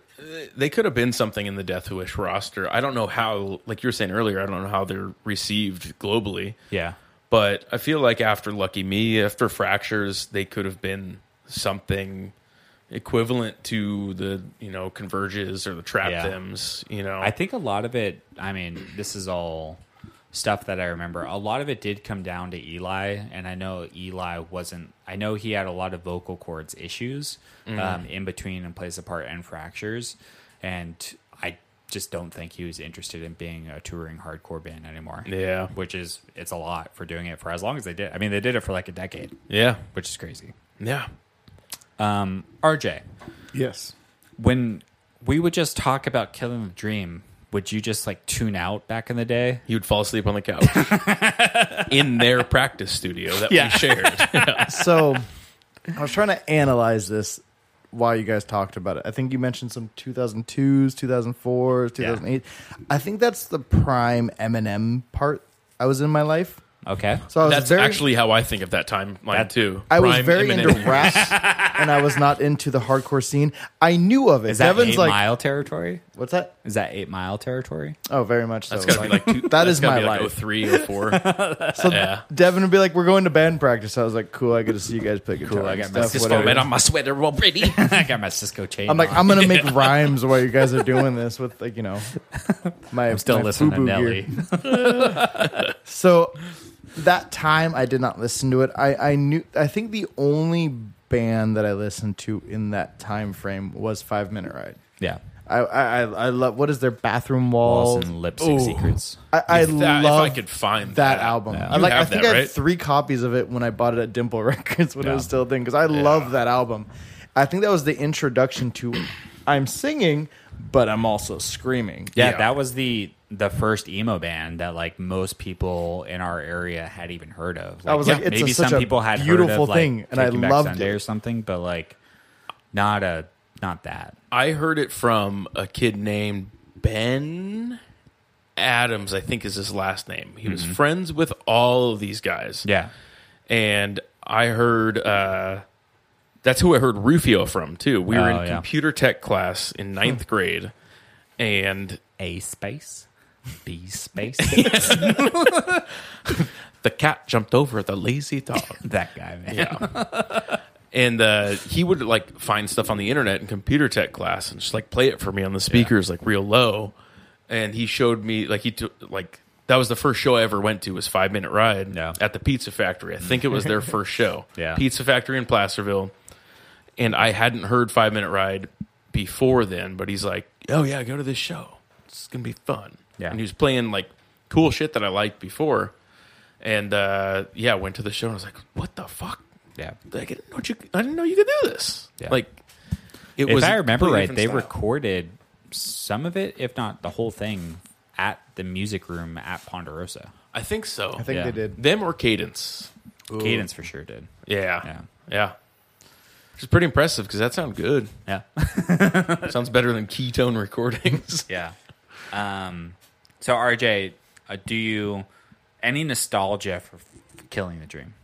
they could have been something in the Death Wish roster. I don't know how like you were saying earlier, I don't know how they're received globally. yeah, But I feel like after Lucky Me, after Fractures, they could have been something equivalent to the, you know, Converges or the Trap Yeah. Thems, you know. I think a lot of it. I mean, this is all stuff that I remember. A lot of it did come down to Eli, and I know Eli wasn't. I know he had a lot of vocal cords issues um, in between and plays apart and fractures, and I just don't think he was interested in being a touring hardcore band anymore. Yeah. which is it's a lot for doing it for as long as they did. I mean, they did it for like a decade, yeah. which is crazy. Yeah. RJ, Yes. when we would just talk about killing the dream. Would you just like tune out back in the day? He would fall asleep on the couch in their practice studio that Yeah. we shared. So I was trying to analyze this while you guys talked about it. I think you mentioned some 2002s, 2004s, 2008. I think that's the prime Eminem part I was in my life. Okay. So I was That's very, actually how I think of that timeline too. I was Prime very Eminem into years. rap, and I was not into the hardcore scene. I knew of it. Is that Devin's eight like, mile territory? what's that? Is that eight mile territory? Oh, very much. So. It's gotta be like two, That is gotta my be like life. 03, 04. so yeah. Devin would be like, "We're going to band practice." I was like, "Cool, I get to see you guys play guitar." I and got my stuff, Cisco whatever. on my sweater already. I got my Cisco chain. I'm like, I'm gonna make rhymes while you guys are doing this with like you know my I'm still listening to Nelly. So that time I did not listen to it. I, I knew I think the only band that I listened to in that time frame was Five Minute Ride. yeah. I, I I I love what is their bathroom wall? Walls and lipstick Ooh. secrets. I, I If that- if I love could find that that. album. Yeah. I You like. I have think that, I right? had three copies of it when I bought it at Dimple Records when it was Yeah. still a thing because I love that album. I think that was the introduction to I'm singing, but I'm also screaming. Yeah, Yeah. that was the the first emo band that like most people in our area had even heard of. Like, I was like, yeah, it's maybe a- such some a people had heard beautiful of, like, thing, and I Taking Back loved Sunday it. or something, but like not a not that. I heard it from a kid named Ben Adams, I think is his last name. He was friends with all of these guys. Yeah, And I heard uh, that's who I heard Rufio from, too. We were Oh, in yeah. computer tech class in ninth grade. And A space, B space. the cat jumped over the lazy dog. that guy, man. Yeah. and uh, he would like find stuff on the internet in computer tech class and just like play it for me on the speakers like real low. And he showed me like he took like that was the first show I ever went to was Five Minute Ride Yeah. at the Pizza Factory. I think it was their first show. Yeah. Pizza Factory in Placerville. And I hadn't heard Five Minute Ride before then, but he's like, "Oh yeah, go to this show. It's gonna be fun." Yeah. And he was playing like cool shit that I liked before. And uh, yeah, went to the show and I was like, "What the fuck? yeah. like, I didn't know you, I didn't know you could do this. Yeah. Like, it If was. I remember completely right, different they style. recorded some of it, if not the whole thing, at the music room at Ponderosa. I think so. I think Yeah. they did. them or Cadence. Cadence for sure did. Yeah, Yeah. yeah, Which is pretty impressive because that sounded good. Yeah. Sounds better than ketone recordings. Yeah. Um, so RJ, uh, do you any nostalgia for f- Killing the Dream?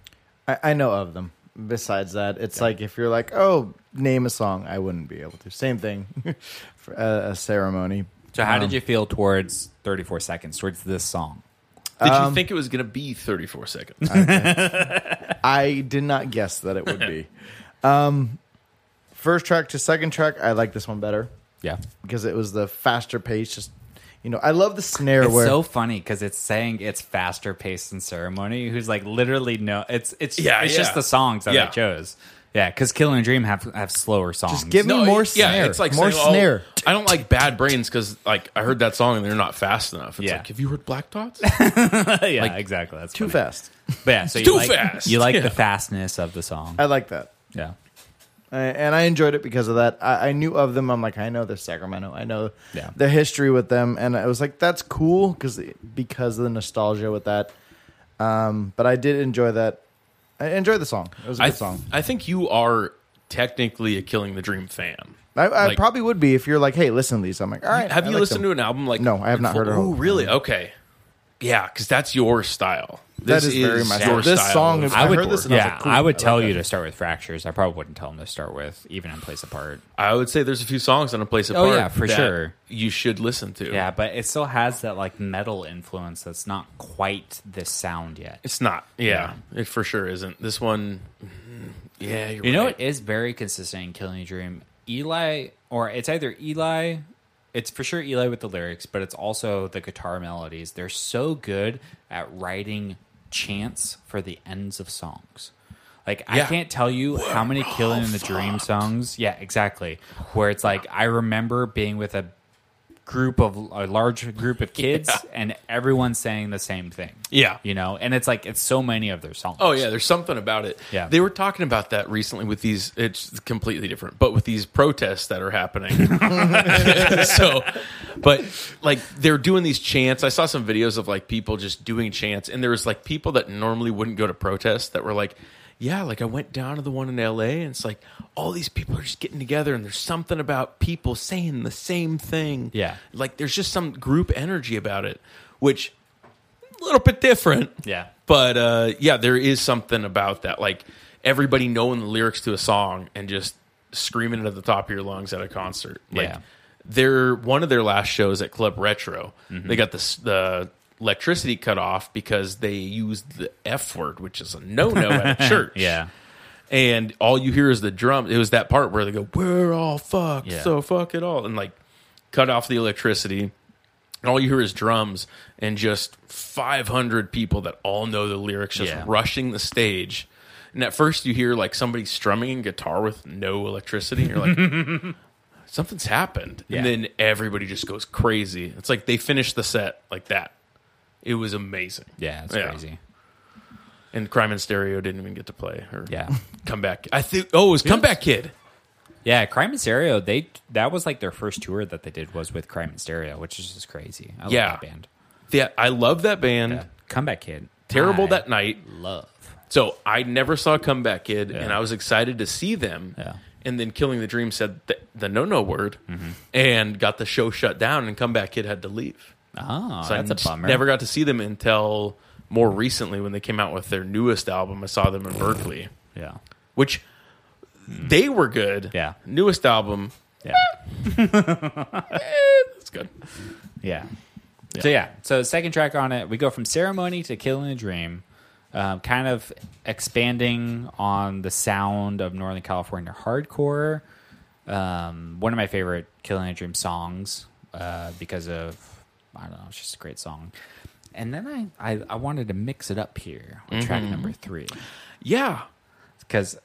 I, I know of them. Besides that, it's like if you're like, oh, name a song, I wouldn't be able to. Same thing for uh, a, a ceremony. So how did Um, you feel towards 34 seconds towards this song? Did you think it was going to be 34 seconds? I did not guess that it would be. um, first track to second track, I like this one better Yeah. because it was the faster pace. Just you know, I love the snare It's where so funny because it's saying it's faster paced than ceremony. Who's like literally no? It's it's yeah, Yeah, it's just yeah. the songs that I Yeah. chose. Yeah, because Killing the Dream have have slower songs. give me- more it- yeah, snare. it's like More saying, oh, snare. I don't like Bad Brains because like I heard that song and they're not fast enough. It's Yeah. like, have you heard Black Dots? yeah, exactly. That's too funny. fast. But yeah, so you too like, fast. You like Yeah. the fastness of the song. I like that. Yeah, I- and I enjoyed it because of that. I, I knew of them. I'm like, I know they're Sacramento. I know Yeah. the history with them, and I was like, that's cool because because of the nostalgia with that. Um, but I did enjoy that. I enjoyed the song. It was a good I song. I think you are technically a Killing the Dream fan. I, I like- probably would be if you're like, hey, listen to these. I'm like, all right. Have I you like listened them. to an album like? No, I have not heard it Oh, all. really? Okay. Yeah, because that's your style. That This is very much- your this style song of is- I would. heard this and I was yeah, I, like, cool, would I tell like you that. to start with fractures. I probably wouldn't tell them to start with even in place apart. I would say there's a few songs on a place Oh, apart. yeah, for that sure. You should listen to. Yeah, but it still has that like metal influence that's not quite the sound yet. it's not. Yeah, it for sure isn't. This one. mm, Yeah, you're You know right. what is very consistent in Killing a Dream? Eli, or it's either Eli, it's for sure Eli with the lyrics, but it's also the guitar melodies. They're so good at writing chants for the ends of songs. Like I Yeah. can't tell you how many Killing in the Dream songs. Yeah, exactly. Where it's like I remember being with a group of a large group of kids and everyone's saying the same thing. Yeah. You know, and it's like it's so many of their songs. Oh yeah, there's something about it. Yeah. they were talking about that recently with these. It's completely different, but with these protests that are happening. so, but like they're doing these chants. I saw some videos of like people just doing chants, and there was like people that normally wouldn't go to protests that were like, "Yeah, like I went down to the one in L.A. and it's like all these people are just getting together, and there's something about people saying the same thing. Yeah. like there's just some group energy about it, which a little bit different. Yeah. But uh, yeah, there is something about that. Like everybody knowing the lyrics to a song and just screaming it at the top of your lungs at a concert. Like Yeah. their one of their last shows at Club Retro, Mm-hmm. they got this the electricity cut off because they used the F word, which is a no no at a church. Yeah. And all you hear is the drum. It was that part where they go, We're all fucked, Yeah. so fuck it all. And like cut off the electricity. And all you hear is drums and just 500 people that all know the lyrics just Yeah. rushing the stage. And at first you hear like somebody strumming guitar with no electricity. And you're like, something's happened. Yeah. And then everybody just goes crazy. It's like they finished the set like that. It was amazing. Yeah, it's crazy. And Crime and Stereo didn't even get to play or Yeah. comeback. I think oh, it was Comeback Kid. Yeah, Crime and Stereo. They that was like their first tour that they did was with Crime and Stereo, which is just crazy. I love Yeah. that band. Yeah, I love that band. Yeah. Comeback Kid. Terrible I that night. love. So I never saw Comeback Kid, and I was excited to see them. Yeah. Mm-hmm. And then Killing the Dream said the, the no no word and got the show shut down, and Comeback Kid had to leave. Oh, So I that's a just bummer. Never got to see them until more recently when they came out with their newest album. I saw them in Berkeley, Yeah. which they were good. Mm. Yeah. Newest album, Yeah. that's good. Yeah. So yeah, so second track on it, we go from ceremony to killing a dream, um, kind of expanding on the sound of Northern California hardcore. Um, one of my favorite Killing a Dream songs uh, because of I don't know, it's just a great song. And then I I, I wanted to mix it up here with track number three Yeah. because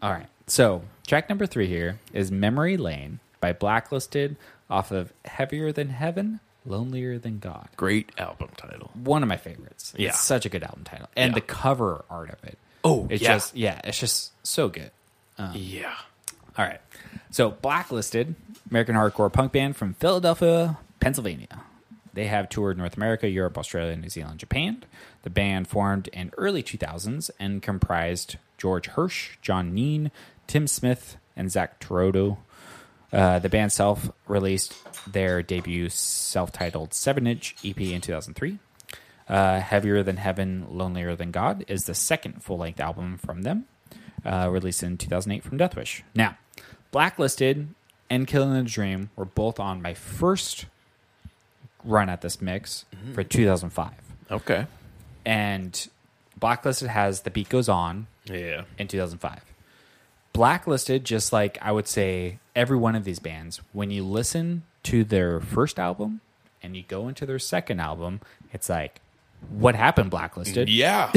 all right, so track number three here is Memory Lane by Blacklisted off of Heavier Than Heaven, Lonelier Than God Great album title. one of my favorites. Yeah. It's such a good album title. And Yeah. the cover art of it. Oh, it's yeah. just yeah, it's just so good. Uh. yeah. All right. So Blacklisted, American hardcore punk band from Philadelphia, Pennsylvania. They have toured North America, Europe, Australia, New Zealand, Japan. The band formed in early 2000s and comprised George Hirsch, John Neen, Tim Smith, and Zach Trodo. Uh, the band self released their debut self titled 7 inch EP in 2003. Uh, Heavier Than Heaven, Lonelier Than God is the second full length album from them, uh, released in 2008 from Deathwish. Now, Blacklisted and Killing the Dream were both on my first run at this mix for 2005. Okay. And Blacklisted has The Beat Goes On, Yeah. in 2005. Blacklisted, just like I would say every one of these bands, when you listen to their first album and you go into their second album, it's like, what happened, Blacklisted? Yeah.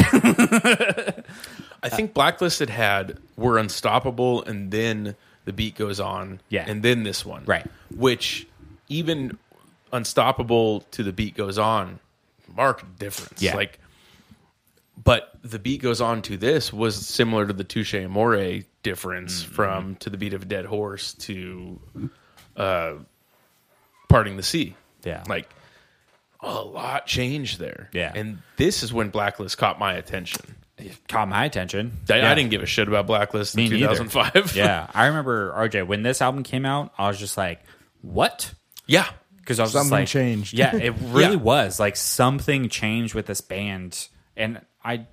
I think Blacklisted had We're Unstoppable and then The Beat Goes On. Yeah. And then this one. Right. Which even Unstoppable to The Beat Goes On, marked difference. Yeah. Like but the beat goes on to this was similar to the Touche Amore difference Mm-hmm. from to the beat of a dead horse to uh parting the sea. Yeah. Like a lot changed there. Yeah. And this is when Blacklist caught my attention. It caught my attention. I, yeah. I didn't give a shit about Blacklist in Me neither. 2005. yeah. I remember, RJ, when this album came out, I was just like, what? yeah. because I was just Something like, changed. Yeah, it really Yeah. was like something changed with this band, and I,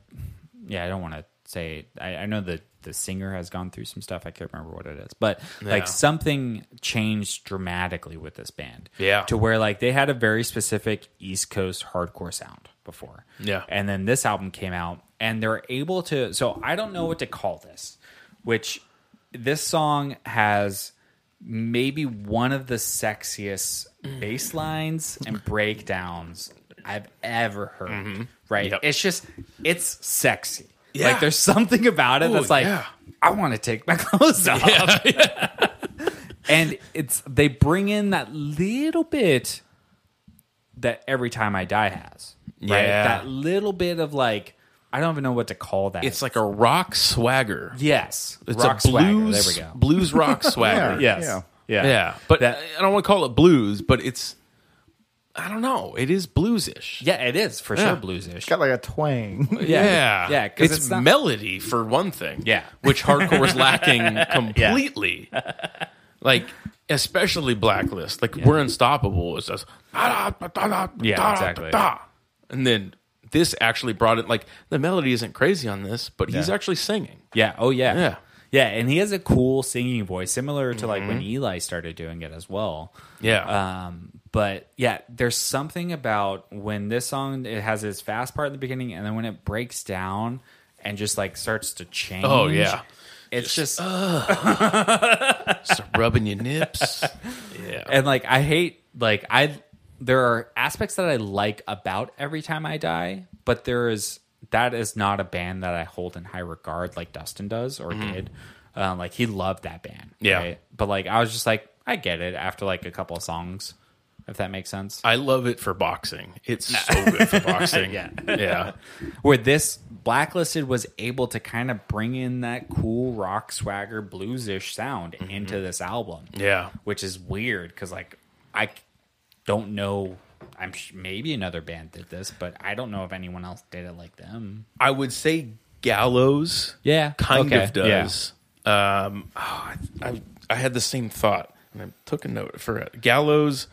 yeah, I don't want to say. I, I know that the singer has gone through some stuff. I can't remember what it is, but Yeah. like something changed dramatically with this band. Yeah. to where like they had a very specific East Coast hardcore sound before. Yeah. and then this album came out, and they're able to. So I don't know what to call this, which this song has maybe one of the sexiest bass lines and breakdowns I've ever heard. Right? Mm-hmm. Yep. It's just it's sexy. Yeah. Like there's something about it Oh, that's like yeah. I want to take my clothes off. and it's they bring in that little bit that every time I die has. Right? Yeah. That little bit of like I don't even know what to call that. It's like a rock swagger. yes, It's rock a blues, swagger. There we go. blues rock swagger. Yes. Yeah. Yeah. Yeah, but I don't want to call it blues, but it's I don't know. It is bluesish. Yeah, it is for Yeah. sure bluesish. Got like a twang. yeah, yeah, 'cause It's, it's not- melody for one thing. Yeah. which hardcore is lacking completely. Like especially Blacklist. Like we're unstoppable. It's just yeah, Yeah, exactly. And then this actually brought it. Like the melody isn't crazy on this, but he's Yeah. actually singing. Yeah. Oh yeah. Yeah. Yeah, and he has a cool singing voice, similar to like Mm-hmm. when Eli started doing it as well. Yeah, Um, but yeah, there's something about when this song it has its fast part in the beginning, and then when it breaks down and just like starts to change. Oh, yeah. it's just, So rubbing your nips. Yeah, and like I hate like I there are aspects that I like about Every Time I Die, but there is that is not a band that I hold in high regard like Dustin does or did. Um, like he loved that band, Mm-hmm. Yeah. But like I was just like I get it after like a couple of songs, if that makes sense. I love it for boxing. It's so good for boxing. yeah. Yeah. Where this Blacklisted was able to kind of bring in that cool rock swagger bluesish sound into this album. Yeah. which is weird because like I c- don't know. I'm sh- maybe another band did this, but I don't know if anyone else did it like them. I would say Gallows. Yeah, Kind okay, of does. Um, oh, I, I, I had the same thought and I took a note for it. Gallows,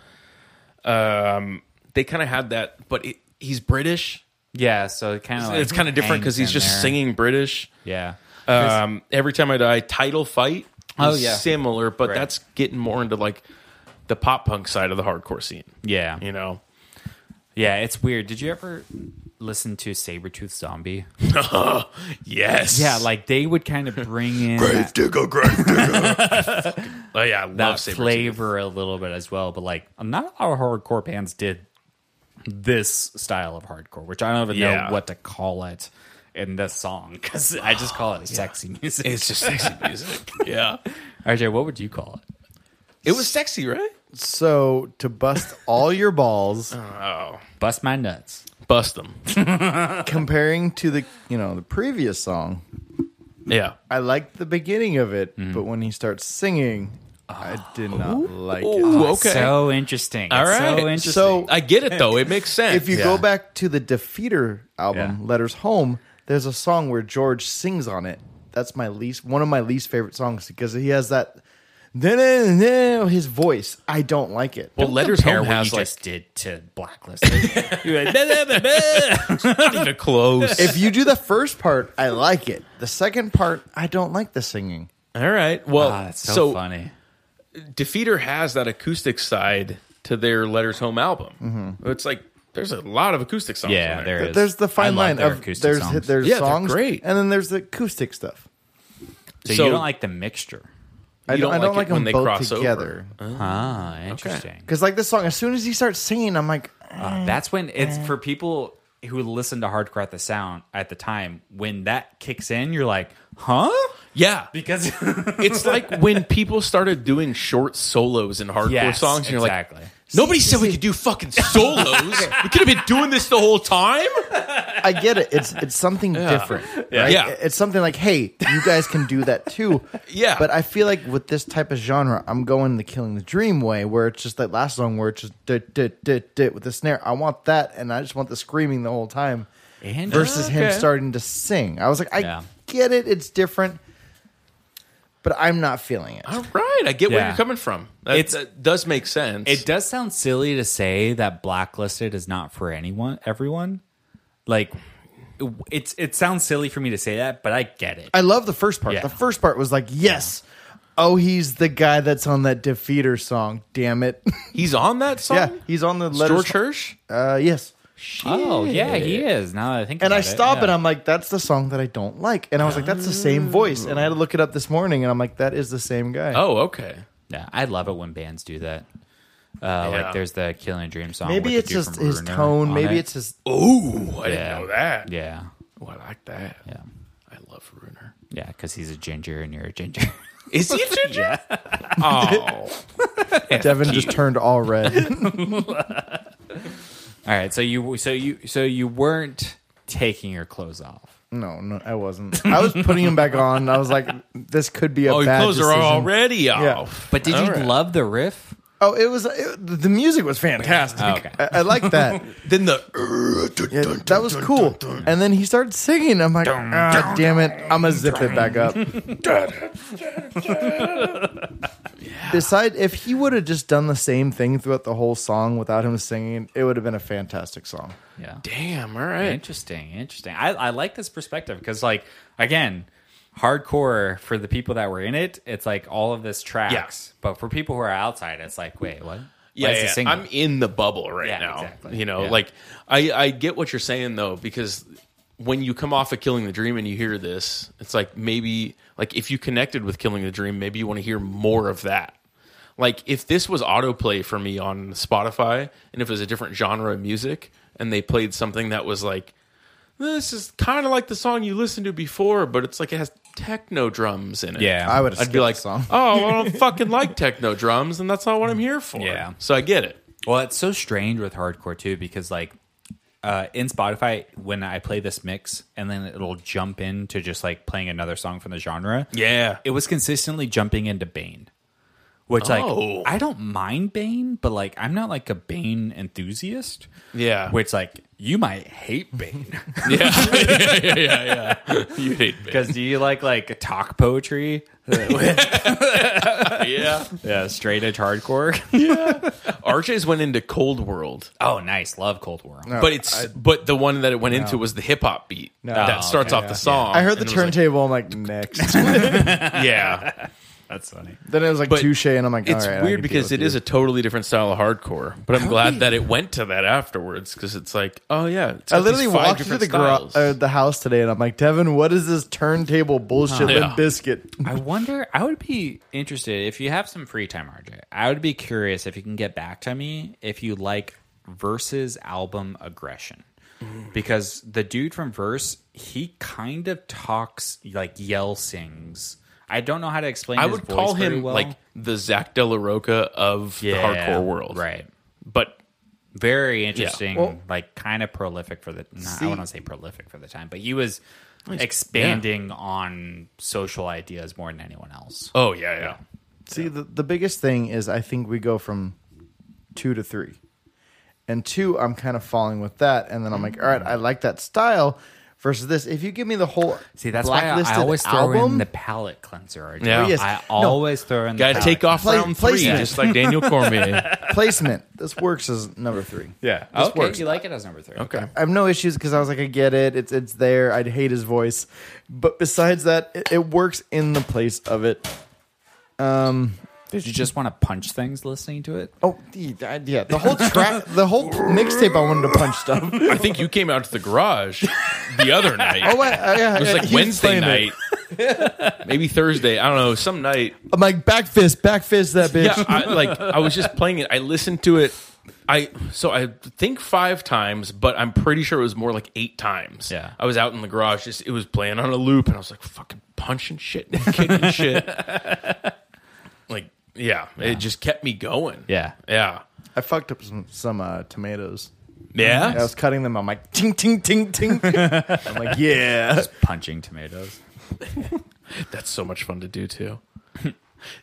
um, they kind of had that, but it, he's British. Yeah, so it kind of like it's kind of different because Oh, hangs he's in just there. singing British. Yeah, Um, every time I die, title fight. Oh, is yeah. similar, but Right. that's getting more into like the pop punk side of the hardcore scene. yeah, You know, yeah. It's weird. Did you ever listen to Sabretooth Zombie? yes, Yeah, like they would kind of bring in that, digger, grave digger. oh yeah, I that love Sabretooth. flavor a little bit as well. But like, not a lot of hardcore bands did this style of hardcore, which I don't even Yeah. know what to call it in this song because I just call it sexy music. It's just sexy music. yeah, RJ, what would you call it? it was sexy, right? So to bust all your balls, Bust my nuts. Bust them. comparing to the you know the previous song, Yeah, I liked the beginning of it, but when he starts singing, I did not like it. Mm-hmm. Ooh, It's So interesting. All All right. right. So interesting. So I get it though. It makes sense. if you go back to the Defeater album, Yeah. Letters Home, there's a song where George sings on it. That's my least one of my least favorite songs because he has that his voice. I don't like it. well, letters Compare home what has you like just did to blacklisted. You're like, not even close. If you do the first part, I like it. The second part, I don't like the singing. All right. Well, ah, that's so, so funny. Defeater has that acoustic side to their Letters Home album. It's like there's a lot of acoustic songs. Mm-hmm. Yeah, on there is. There's the I fine love line their of acoustic there's songs. there's Yeah, they're songs, great. and then there's the acoustic stuff. so, so- you don't like the mixture. I You don't, don't I don't like it like, when them they both cross over. together. Oh, Ah, interesting. Because like this song, as soon as he starts singing, I'm like, Uh, that's when it's for people who listen to hardcore at the sound at the time. When that kicks in, you're like, huh? Yeah, Because it's like when people started doing short solos in hardcore Yes, songs, and you're exactly. like, nobody said we could do fucking solos. we could have been doing this the whole time. I get it. It's it's something different. Right? Yeah. It's something like, hey, you guys can do that too. Yeah. But I feel like with this type of genre, I'm going the Killing the Dream way, where it's just that last song where it's just dit dit dit dit with the snare. I want that, and I just want the screaming the whole time. And- versus him Okay. starting to sing. I was like, I Yeah. get it. It's different, but I'm not feeling it. All right, I get where Yeah. you're coming from. That, It's- that does make sense. It does sound silly to say that blacklisted is not for anyone, everyone. Like it's it sounds silly for me to say that, but I get it. I love the first part. Yeah. The first part was like, yes. Oh, he's the guy that's on that Defeater song. Damn it. He's on that song. yeah, he's on the letters. George Hirsch. Uh, yes. Oh yeah, he is. Now that I think And I about it, stop yeah. and I'm like, that's the song that I don't like. And I was like, that's the same voice. And I had to look it up this morning and I'm like, that is the same guy. Oh, okay. yeah, I love it when bands do that. Uh, Yeah. Like there's the Killing Dream song. Maybe with it's the dude just from his Bruno tone. on Maybe it. it's his. Oh, I Yeah. didn't know that. yeah, Oh, I like that. yeah, I love Runer. yeah. Because he's a ginger and you're a ginger. Is he a ginger? Oh, Devin just turned all red. All right, so you so you so you weren't taking your clothes off. no, no, I wasn't. I was putting him back on. I was like, this could be a oh, your bad clothes decision. are already Oh, off. But did All you right. love the riff? uh, Oh, it was. It, the music was fantastic. Oh, Okay. I, I like that. Then the Yeah, that was cool. And then he started singing. I'm like, ah, damn it. I'm going to zip it back up. Beside, if he would have just done the same thing throughout the whole song without him singing, it would have been a fantastic song. Yeah. damn. All right. Interesting, interesting. I, I like this perspective because, like, again, hardcore for the people that were in it, it's like all of this tracks. But for people who are outside, it's like, wait, what? Yeah, Why is it yeah, single? I'm in the bubble right Yeah, now. exactly. You know, Yeah. like I, I get what you're saying though, because when you come off of Killing the Dream and you hear this, it's like maybe like if you connected with Killing the Dream, maybe you want to hear more of that. Like if this was autoplay for me on Spotify and if it was a different genre of music and they played something that was like this is kind of like the song you listened to before, but it's like it has techno drums in it. Yeah. I would have I'd be like, the oh, song. well, I don't fucking like techno drums, and that's not what I'm here for. Yeah. So I get it. Well, it's so strange with hardcore too because like uh, in Spotify when I play this mix and then it'll jump into just like playing another song from the genre. Yeah. It was consistently jumping into Bane. Which Oh. like I don't mind Bane, but like I'm not like a Bane enthusiast. Yeah. Which like you might hate Bane. You hate me. Because do you like like talk poetry? Yeah. Yeah, straight edge hardcore. RJ's went into Cold World, oh nice. Love Cold War. but it's but the one that it went into was the hip hop beat Oh, that starts okay, off the song. I heard and the it was turntable. I'm like next. like, yeah. That's funny. then it was like But touche, and I'm like, It's all right, I weird can because deal it with is you. a totally different style of hardcore, but I'm glad that it went to that afterwards because it's like, oh yeah, it's I got these five literally walked into different the garage, styles. uh, the house today, and I'm like, Devin, what is this turntable bullshit? Yeah. Limp biscuit. I wonder. I would be interested if you have some free time, RJ. I would be curious if you can get back to me if you like Verse's album Aggression, Mm. because the dude from Verse he kind of talks like yell sings. I don't know how to explain. I his would voice call very him well. like the Zach De La Roca of Yeah, the hardcore world, right? But Very interesting, Well- like kind of prolific for the. Nah, I See- want to say prolific for the time, but he was expanding on social ideas more than anyone else. oh yeah, yeah, See, the, the biggest thing is I think we go from two to three. And two, I'm kind of falling with that. And then I'm like, all right, I like that style versus this. If you give me the whole See, that's why blacklisted I always throw album, in the palate cleanser. RJ. Yeah. Oh, yes. I No. always throw in. the gotta palate take off Play- round three, placement. just like Daniel Cormier. placement. This works as number three. yeah, cleanser. Okay, works. you like it as number three. okay. I have no issues because I was like, I get it. It's it's there. I'd hate his voice, but besides that, it, it works in the place of it. Did you just want to punch things listening to it? Oh, the- I- yeah, the whole track, the whole mixtape, I wanted to punch stuff. I think you came out to the garage the other night. Oh, I, I, I, it was like he Wednesday playing it. night, maybe Thursday. I don't know, some night. I'm like back fist, back fist that bitch. Yeah, I, like I was just playing it. I listened to it. I so I think five times, but I'm pretty sure it was more like eight times. Yeah. I was out in the garage. Just it was playing on a loop, and I was like fucking punching shit, and kicking shit. Like yeah, it just kept me going. Yeah. yeah, I fucked up some some uh, tomatoes. yeah. I was cutting them. I'm like ting ting ting ting. I'm like yeah. Just punching tomatoes. That's so much fun to do too. Did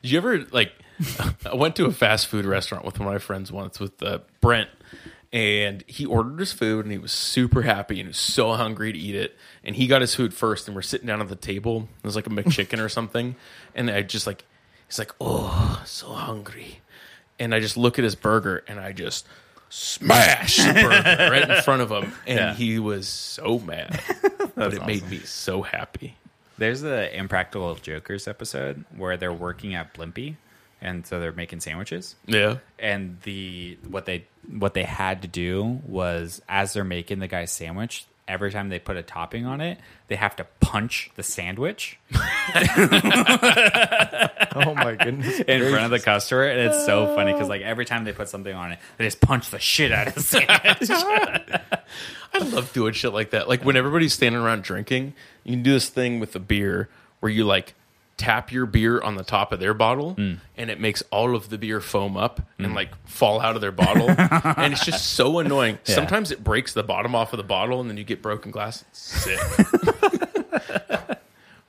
you ever like? I went to a fast food restaurant with one of my friends once with uh, Brent, and he ordered his food and he was super happy and he was so hungry to eat it. And he got his food first, and we're sitting down at the table. It was like a McChicken or something, and I just like, he's like, "Oh, so hungry," and I just look at his burger and I just smash the burger right in front of him, and he was so mad, but it made me so happy. There's the Impractical Jokers episode where they're working at Blimpie, and so they're making sandwiches. Yeah. and the what they what they had to do was as they're making the guy's sandwich every time they put a topping on it they have to punch the sandwich Oh my goodness. in front of the customer and it's so funny Uh. because like every time they put something on it they just punch the shit out of the sandwich love doing shit like that. Like when everybody's standing around drinking, you can do this thing with the beer where you like tap your beer on the top of their bottle and it makes all of the beer foam up and like fall out of their bottle. and it's just so annoying. Sometimes it breaks the bottom off of the bottle and then you get broken glass. It's sick. but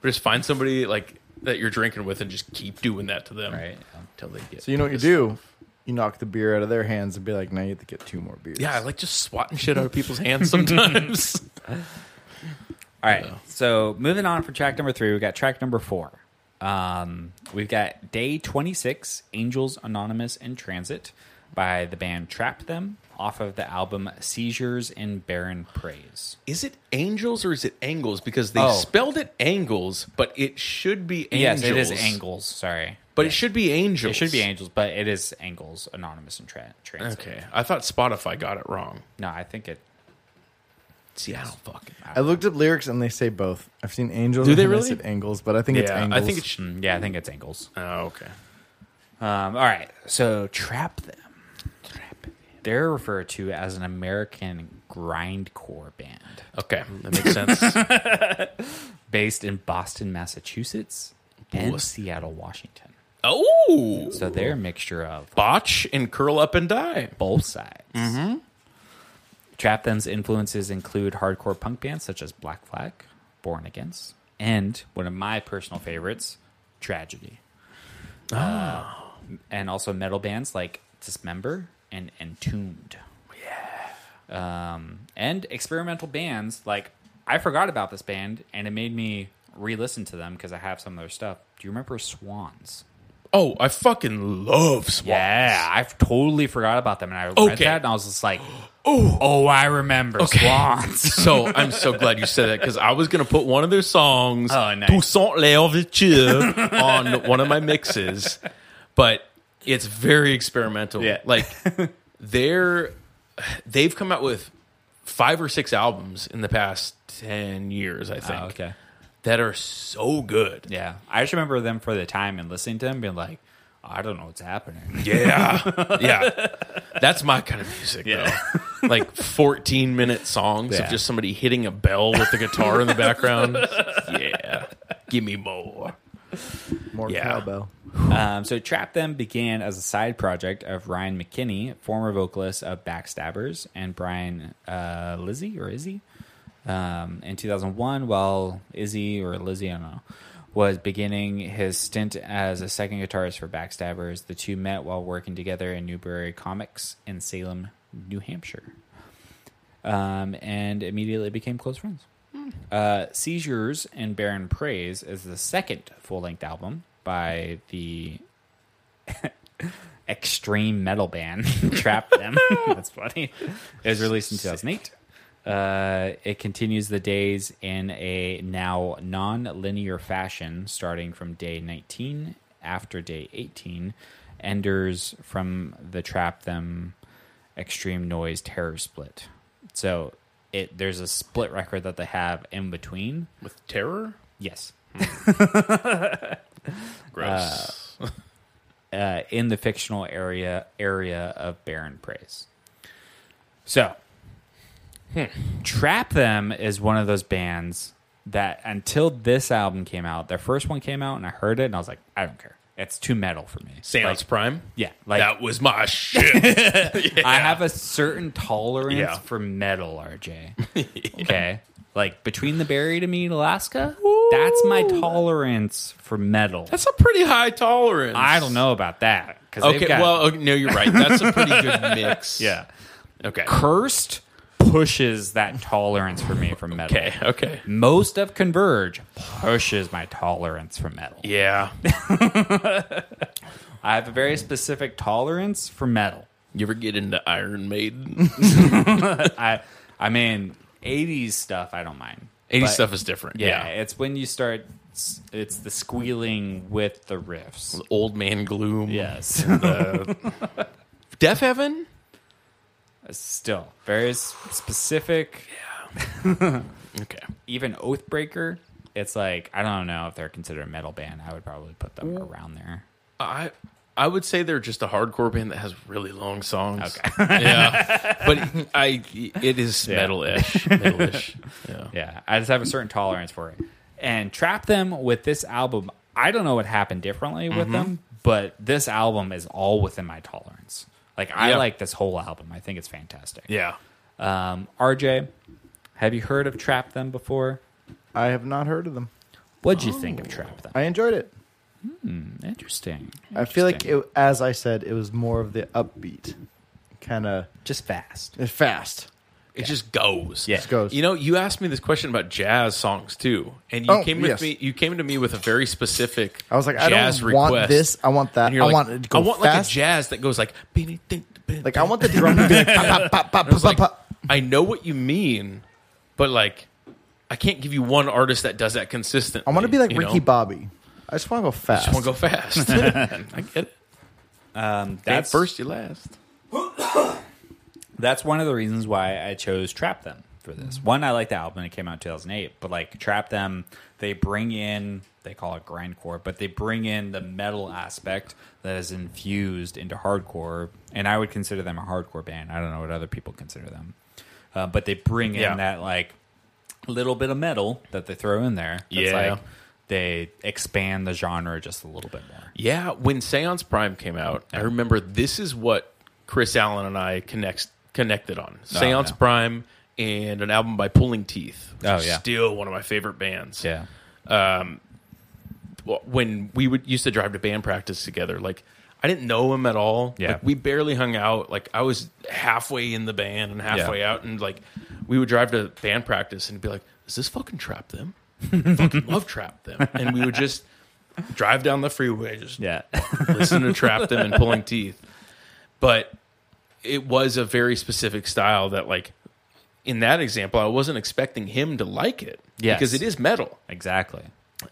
just find somebody like that you're drinking with and just keep doing that to them. Right. Until they get So you know what you do? You knock the beer out of their hands and be like, now you have to get two more beers. Yeah, I like just swatting shit out of people's hands sometimes. all right so moving on from track number three we got track number four um, we've got day 26 angels anonymous in transit by the band trap them off of the album seizures in barren praise Is it angels or is it angles? Because they Oh. spelled it angles, but it should be Yes, angels. it is angles. Sorry, But it should be angels. it should be angels, but it is angles. Anonymous and tra- trans. Okay, I thought Spotify got it wrong. No, I think it. See, I don't fucking. I looked up lyrics and they say both. I've seen angels. Do they and I really? said angles, but I think it's yeah, angles. I think it should. mm, Yeah, I think it's angles. Oh, okay. Um, all right, so trap them. Trap. They're referred to as an American grindcore band Okay, Mm, that makes sense. based in Boston, Massachusetts, and Seattle, Washington. oh, So they're a mixture of botch and curl up and die. both sides. Trap Them's influences include hardcore punk bands such as Black Flag, Born Against, and one of my personal favorites, Tragedy. Uh, and also metal bands like Dismember and Entombed. Yeah. Um, and experimental bands like I forgot about this band and it made me re listen to them because I have some of their stuff. Do you remember Swans? Oh, I fucking love Swans. Yeah, I totally forgot about them, and I read Okay. that, and I was just like, "Oh, oh, I remember Swans." So I'm so glad you said that because I was gonna put one of their songs, Oh, nice. "Toussaint L'Ouverture," on one of my mixes, but it's very experimental. Yeah. Like they're they've come out with five or six albums in the past ten years, I think, Ah, okay, that are so good. yeah, I just remember them for the time and listening to them, being like, "I don't know what's happening." Yeah. yeah. That's my kind of music, though. Like 14 minute songs Yeah. of just somebody hitting a bell with the guitar in the background. Yeah. Give me more. More Yeah. cowbell. um, so Trap Them began as a side project of Ryan McKinney, former vocalist of Backstabbers, and Brian uh, Lizzie or Izzy. um, in 2001 while Izzy or Lizzie, I don't know, was beginning his stint as a second guitarist for Backstabbers. The two met while working together in Newbury Comics in Salem, New Hampshire, um, and immediately became close friends. Uh, Seizures and Barren Praise is the second full length album by the extreme metal band Trap Them. That's funny. It was released in 2008. Uh, it continues the days in a now non linear fashion, starting from day 19 after day 18, enders from the Trap Them Extreme Noise Terror split. So it there's a split record that they have in between. With terror? Yes. Gross. uh, in the fictional area area of Baron Praise. So, Hmm. Trap Them is one of those bands that until this album came out, their first one came out, and I heard it, and I was like, I don't care. It's too metal for me. Seance Like, Prime? yeah, like that was my shit. I have a certain tolerance Yeah. for metal, RJ. Okay. Like between the buried and me, Alaska, that's my tolerance for metal. That's a pretty high tolerance. I don't know about that. 'cause they've Okay, got- well, okay, no, you're right. That's a pretty good mix. yeah. Okay. Cursed pushes that tolerance for me from metal. Okay. Okay. Most of Converge pushes my tolerance for metal. Yeah. I have a very specific tolerance for metal. You ever get into Iron Maiden? I I mean, 80s stuff I don't mind. 80s But- stuff is different. Yeah, it's when you start it's the squealing with the riffs. Old Man Gloom. Yes. Deaf Heaven? Still very s- specific. Okay. Even Oathbreaker, it's like I don't know if they're considered a metal band. I would probably put them Mm. around there. I I would say they're just a hardcore band that has really long songs. Okay. yeah. But I it is metal-ish. Metal-ish. Yeah. Yeah, I just have a certain tolerance for it. And trap them with this album. I don't know what happened differently Mm-hmm. with them, but this album is all within my tolerance. Like I Yeah. like this whole album. I think it's fantastic. Yeah. Um, RJ, have you heard of Trap Them before? I have not heard of them. What'd you Oh. think of Trap Them? I enjoyed it. Interesting. I feel like, Interesting. it, as I said, it was more of the upbeat, kind of just fast. fast. It just goes. Yeah. Just goes. You know, you asked me this question about jazz songs too, and you Oh, came with yes. me. You came to me with a very specific. I was like, I jazz don't want request. this. I want that. And I you're like, want it to go I want like a fast. jazz that goes like. like I want the drum to be like pop, pop, pop, pop, I was pop, like, pop. I know what you mean, but like, I can't give you one artist that does that consistently. I want to be like you Ricky know? Bobby. I just want to go fast. I just want to go fast. I get it. Um, That's that's first, you last. that's one of the reasons why I chose Trap Them for this. One, I like the album; it came out in 2008. But like Trap Them, they bring in they call it grindcore, but they bring in the metal aspect that is infused into hardcore. And I would consider them a hardcore band. I don't know what other people consider them. uh, but they bring in Yeah. that like little bit of metal that they throw in there. That's Yeah. like they expand the genre just a little bit more. Yeah, when Seance Prime came out, I remember this is what Chris Allen and I connects connected on. Seance yeah. Prime and an album by Pulling Teeth. which Oh, is yeah. Still one of my favorite bands. Yeah, Well, When we would used to drive to band practice together, like I didn't know him at all. Yeah. Like, we barely hung out. Like I was halfway in the band and halfway out and like we would drive to band practice and be like, Is this fucking trap them? fucking love trap them. And we would just drive down the freeway, just yeah, listen to trap them and pulling teeth but it was a very specific style that like in that example i wasn't expecting him to like it Yes. because it is metal exactly.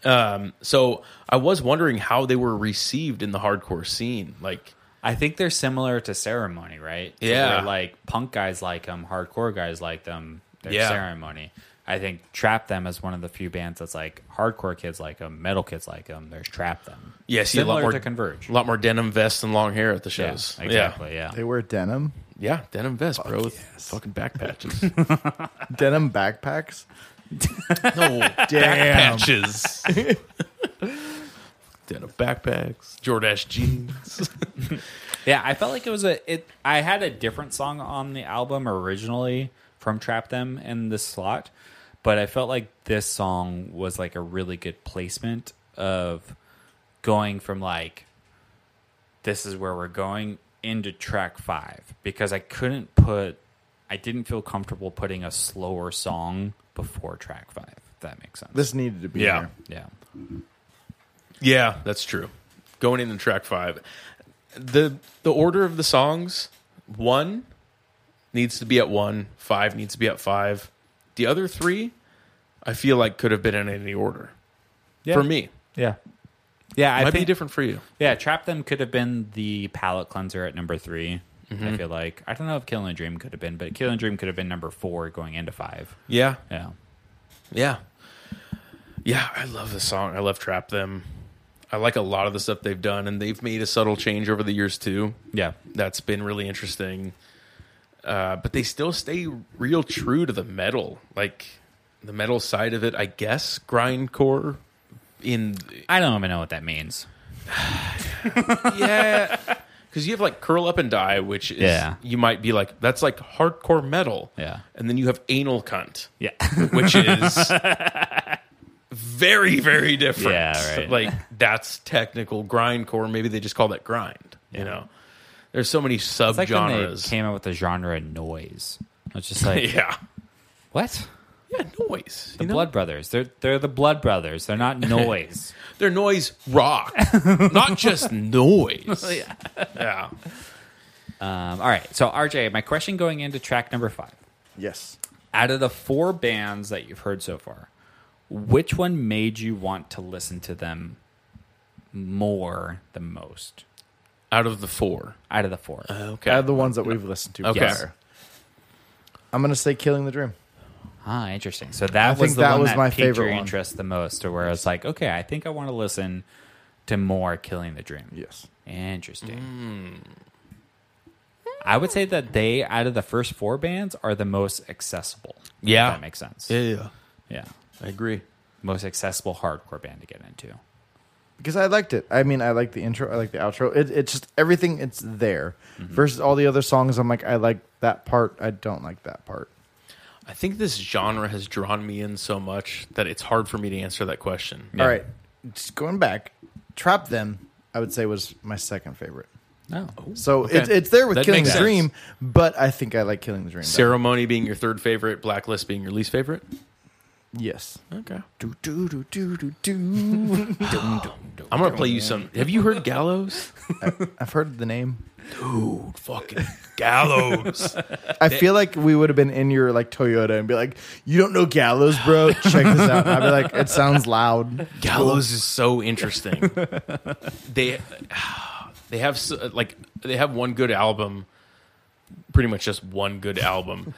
so i was wondering how they were received in the hardcore scene like I think they're similar to ceremony, right? To Yeah. where, like punk guys like them, hardcore guys like them. They're Yeah. ceremony. I think Trap Them is one of the few bands that's like hardcore kids like them, metal kids like them. There's Trap Them. yeah see a similar lot more to Converge. a lot more denim vests and long hair at the yeah, shows exactly. Yeah. They wear denim, yeah, Yeah, denim vests bro with fucking back patches denim backpacks. no Damn. patches denim backpacks jordache jeans Yeah, I felt like it was a it I had a different song on the album originally from Trap Them in this slot, but I felt like this song was like a really good placement of going from like this is where we're going into track 5 because I couldn't put I didn't feel comfortable putting a slower song before track 5 if that makes sense. This needed to be Yeah. there. yeah. Yeah, that's true. Going into track five, the the order of the songs one needs to be at one, five needs to be at five. The other three, I feel like could have been in any order Yeah. for me. Yeah. Yeah, I Might be think different for you. Yeah, Trap Them could have been the palate cleanser at number 3 I feel like. I don't know if Killing a Dream could have been, but Killing a Dream could have been number four going into five. Yeah, Yeah. yeah, yeah. I love this song. I love Trap Them. I like a lot of the stuff they've done, and they've made a subtle change over the years too. Yeah. that's been really interesting. Uh, but they still stay real true to the metal, like the metal side of it, I guess. Grindcore in I don't even know what that means. yeah, because you have like curl up and die, which is Yeah. you might be like that's like hardcore metal, Yeah. and then you have anal cunt, Yeah. which is very very different. Yeah, right. Like that's technical grindcore. Maybe they just call that grind. You know, there's so many It's like when they subgenres. came out with the genre noise. I was just like, yeah, what? yeah, noise. The Blood Brothers. They're they're the Blood Brothers. They're not noise. Their noise rock, not just noise. Oh, yeah. um, all right. So RJ, my question going into track number five. Yes. Out of the four bands that you've heard so far, which one made you want to listen to them more the most? Out of the four. out of the four. Uh, Okay. Out of the ones that we've listened to. Okay. prior. I'm gonna say "Killing the Dream." ah, interesting. So that was think the that one was that my piqued your favorite one. interest the most, to where it's like, okay, I think I want to listen to more "Killing the Dream." Yes. Interesting. Mm. I would say that they, out of the first four bands, are the most accessible. if Yeah. that makes sense. yeah, yeah. yeah, I agree. most accessible hardcore band to get into. because I liked it. I mean, I like the intro, I like the outro. It, it's just everything. It's there Mm-hmm. versus all the other songs. I'm like, I like that part. I don't like that part. I think this genre has drawn me in so much that it's hard for me to answer that question. Yeah. All right, just going back, trap them. I would say was my second favorite. No, So Okay. it's it's there with That Killing the makes sense. Dream, but I think I like Killing the Dream. better. Ceremony being your third favorite, Blacklist being your least favorite. Yes. Okay. Do do do do do do. I'm going to play you some. Have you heard Gallows? I've heard the name. Dude, fucking Gallows. I feel like we would have been in your like Toyota and be like, "You don't know Gallows, bro? Check this out." I'd be like, "It sounds loud." Gallows is so interesting. they they have so- like they have one good album, pretty much just one good album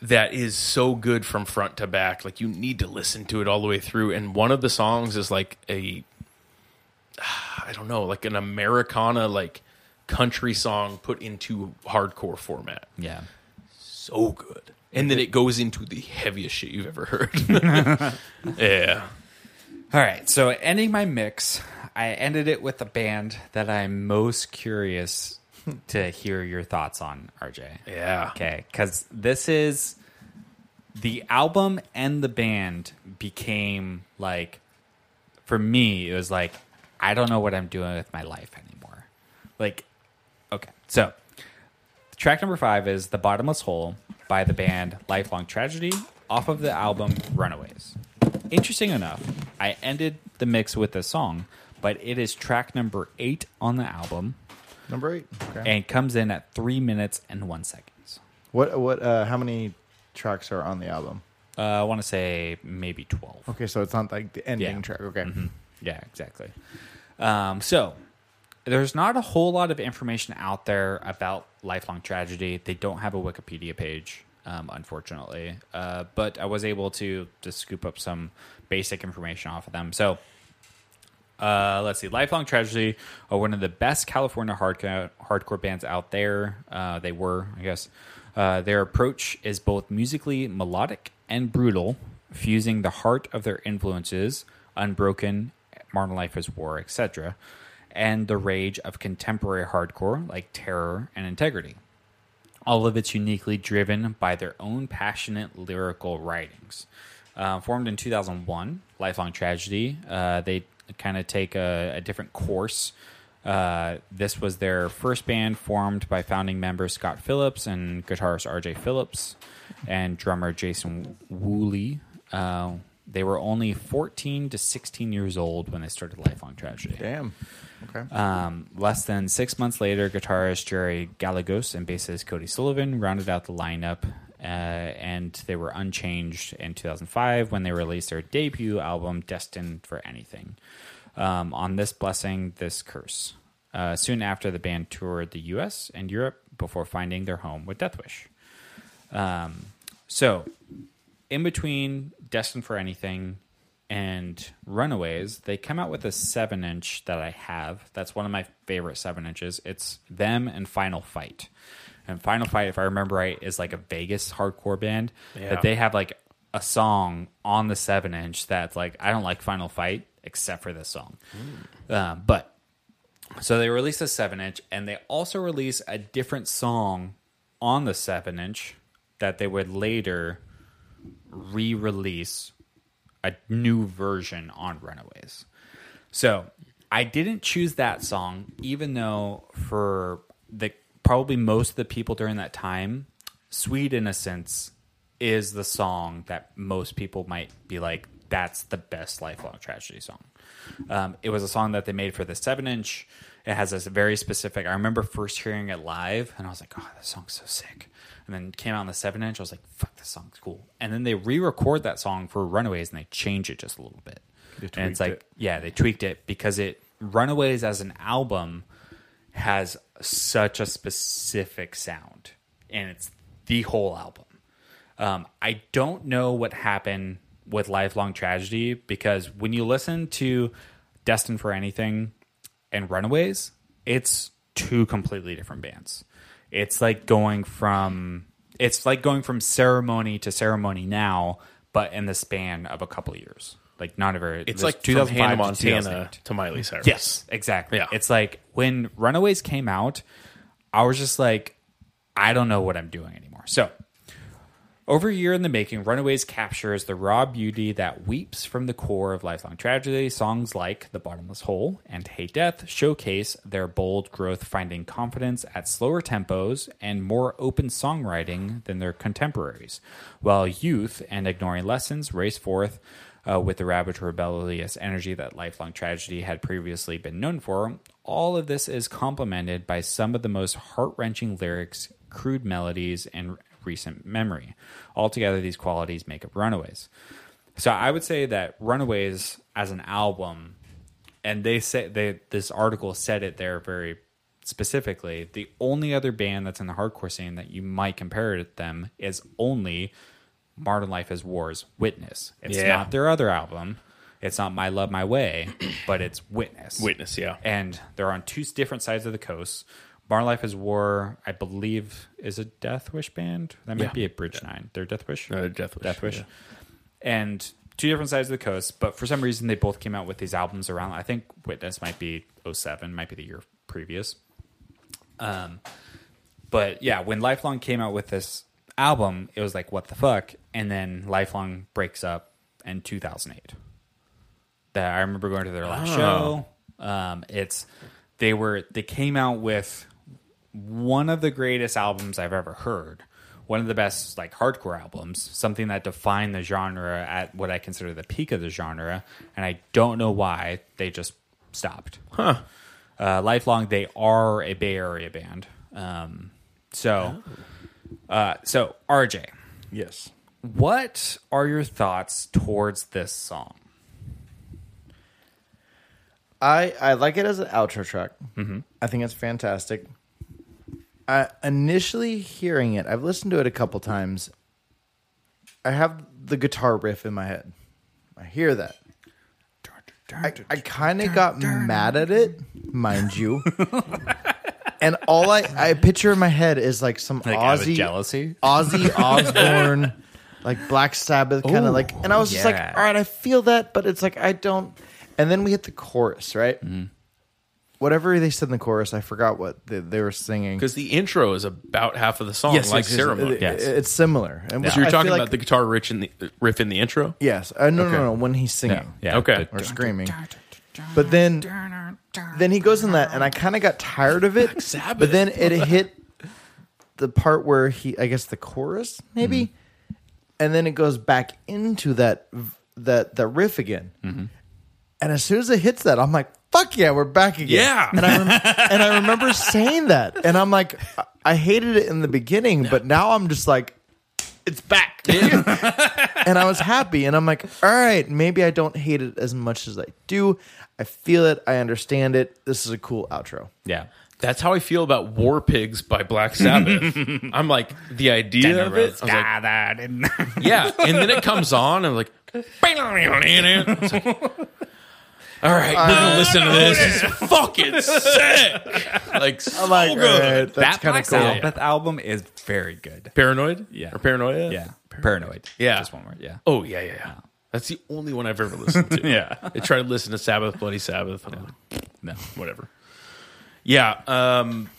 that is so good from front to back. Like you need to listen to it all the way through. And one of the songs is like a I don't know, like an Americana like country song put into hardcore format. yeah, So good. and then it goes into the heaviest shit you've ever heard. yeah. All right, so ending my mix, I ended it with a band that I'm most curious to hear your thoughts on, RJ. Yeah. Okay, because this is the album and the band became like, for me, it was like, I don't know what I'm doing with my life anymore. Like, okay, so track number five is The Bottomless Hole by the band Lifelong Tragedy off of the album Runaways. Interesting enough, I ended the mix with this song, but it is track number eight on the album Number eight. Okay. and comes in at three minutes and one seconds. What what? Uh, how many tracks are on the album? Uh, I want to say maybe 12. Okay, so it's not like the ending Yeah. track. Okay. Mm-hmm. Yeah, exactly. Um, so there's not a whole lot of information out there about lifelong tragedy. They don't have a Wikipedia page, um, unfortunately. Uh, but I was able to just scoop up some basic information off of them. So uh, let's see. Lifelong Tragedy are one of the best California hardcore, hardcore bands out there. Uh, they were, I guess. Uh, their approach is both musically melodic and brutal, fusing the heart of their influences, Unbroken, Modern Life is War, etc., and the rage of contemporary hardcore like Terror and Integrity. All of it's uniquely driven by their own passionate lyrical writings. Uh, formed in 2001, Lifelong Tragedy, uh, they kind of take a, a different course. Uh, this was their first band formed by founding member Scott Phillips and guitarist RJ Phillips and drummer Jason Woolley. Uh, they were only 14 to 16 years old when they started Lifelong Tragedy. Damn. Okay. Um, less than six months later, guitarist Jerry Galagos and bassist Cody Sullivan rounded out the lineup, uh, and they were unchanged in 2005 when they released their debut album, Destined for Anything. Um, on this blessing, this curse. Uh, soon after, the band toured the U.S. and Europe before finding their home with Deathwish. Um, so, in between Destined for Anything and Runaways, they come out with a seven inch that I have. That's one of my favorite seven inches. It's them and Final Fight. And Final Fight, if I remember right, is like a Vegas hardcore band. Yeah. But they have like a song on the seven inch that's like, I don't like Final Fight except for this song. Uh, but so they released a seven inch, and they also released a different song on the seven inch that they would later re-release a new version on Runaways. So I didn't choose that song, even though for the probably most of the people during that time, "Sweet Innocence" is the song that most people might be like, "That's the best lifelong tragedy song." Um, it was a song that they made for the seven inch. It has this very specific. I remember first hearing it live, and I was like, "Oh, this song's so sick!" And then came out on the seven inch. I was like, "Fuck, this song's cool!" And then they re-record that song for Runaways, and they change it just a little bit. And it's tweaked like, yeah, they tweaked it because it Runaways as an album has such a specific sound, and it's the whole album. Um, I don't know what happened with Lifelong Tragedy because when you listen to Destined for Anything and Runaways, it's two completely different bands. It's like going from it's like going from ceremony to ceremony now, but in the span of a couple of years. Like not a very It's it was like 2005 2005 Hannah to Montana 2008. to Miley Cyrus. Yes, exactly. Yeah. It's like when Runaways came out, I was just like, I don't know what I'm doing anymore. So, over a year in the making, Runaways captures the raw beauty that weeps from the core of lifelong tragedy. Songs like The Bottomless Hole and Hey Death showcase their bold growth, finding confidence at slower tempos and more open songwriting than their contemporaries, while youth and ignoring lessons race forth. Uh, with the ravage rebellious energy that lifelong tragedy had previously been known for, all of this is complemented by some of the most heart wrenching lyrics, crude melodies, and recent memory. Altogether, these qualities make up Runaways. So I would say that Runaways as an album, and they say they this article said it there very specifically. The only other band that's in the hardcore scene that you might compare it to them is only Modern Life as War's Witness. It's Yeah. not their other album. It's not My Love My Way, but it's Witness. Witness, yeah. And they're on two different sides of the coast. Modern Life is War, I believe, is a Death Wish band. That might Yeah. be a Bridge Nine. They're Death Wish. Uh, Death Wish, Death Wish. yeah. And two different sides of the coast, but for some reason they both came out with these albums around. I think Witness might be 07, might be the year previous. Um, but yeah, when Lifelong came out with this album, it was like what the fuck, and then Lifelong breaks up in 2008. That I remember going to their last Oh. show. Um, it's they were they came out with one of the greatest albums I've ever heard. One of the best like hardcore albums, something that defined the genre at what I consider the peak of the genre, and I don't know why they just stopped. Huh. Uh, Lifelong, they are a Bay Area band. Um, so, uh, so RJ, Yes. what are your thoughts towards this song? I I like it as an outro track. I think it's fantastic. I, initially hearing it, I've listened to it a couple times. I have the guitar riff in my head. I hear that. I, I kind of got mad at it, mind you. and all I, I picture in my head is like some Like, out of Aussie jealousy? Ozzy Osbourne, like Black Sabbath, kind Ooh, of like. And I was just like, yeah. all right, I feel that, but it's like I don't. And then we hit the chorus, right? Mm-hmm. Whatever they said in the chorus, I forgot what they, they were singing. Because the intro is about half of the song, like ceremony. it- Yes. it's similar. And So you're I feel talking like- about the guitar rich in the, riff in the intro. yes, uh, no, Okay. no, no, when he's singing. Okay. Or screaming. But then- Then he goes in that, and I kind of got tired of it. Sabbath. But then it hit the part where he, I guess, the chorus Hmm. maybe, and then it goes back into that v- that that riff again. Mm-hmm. And as soon as it hits that, I'm like, "Fuck yeah, we're back again!" Yeah. and I rem- and I remember saying that, and I'm like, I- I hated it in the beginning, but now I'm just like, it's back. and I was happy. And I'm like, all right, maybe I don't hate it as much as I do. I feel it. I understand it. This is a cool outro. Yeah. That's how I feel about War Pigs by Black Sabbath. I'm like the idea of it. I was like, yeah, and then it comes on. I'm like, it's like, all right, we're gonna listen to this. It's fucking sick. Like so I'm like, all good. right, Oh that's that kind Black of cool. Sabbath album is very good. Paranoid, Yeah. or paranoia, Yeah. Paranoid. Yeah. Just one word. Yeah. Oh yeah, yeah, yeah. That's the only one I've ever listened to. Yeah. I tried to listen to Sabbath, Bloody Sabbath. I'm like, No. whatever. Yeah, um,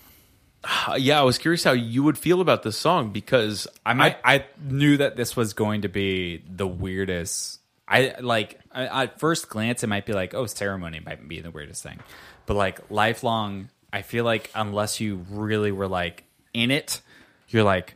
yeah. I was curious how you would feel about this song because I might, I knew that this was going to be the weirdest. I like I- at first glance, it might be like, oh, ceremony might be the weirdest thing, but like lifelong, I feel like unless you really were like in it, you're like,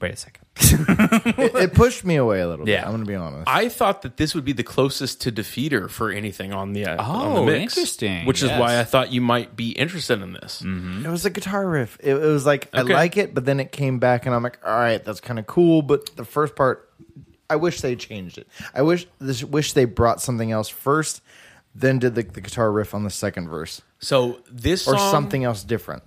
wait a second, It, it pushed me away a little bit. Yeah. I'm going to be honest. I thought that this would be the closest to Defeater for anything on the uh, on the Oh, mix, interesting. Which is Yes. Mm-hmm. why I thought you might be interested in this. it was a guitar riff. It, it was like, I Okay. like it, but then it came back, and I'm like, all right, that's kind of cool. But the first part, I wish they changed it. I wish this, wish they brought something else first, then did the, the guitar riff on the second verse So this or song- something else different.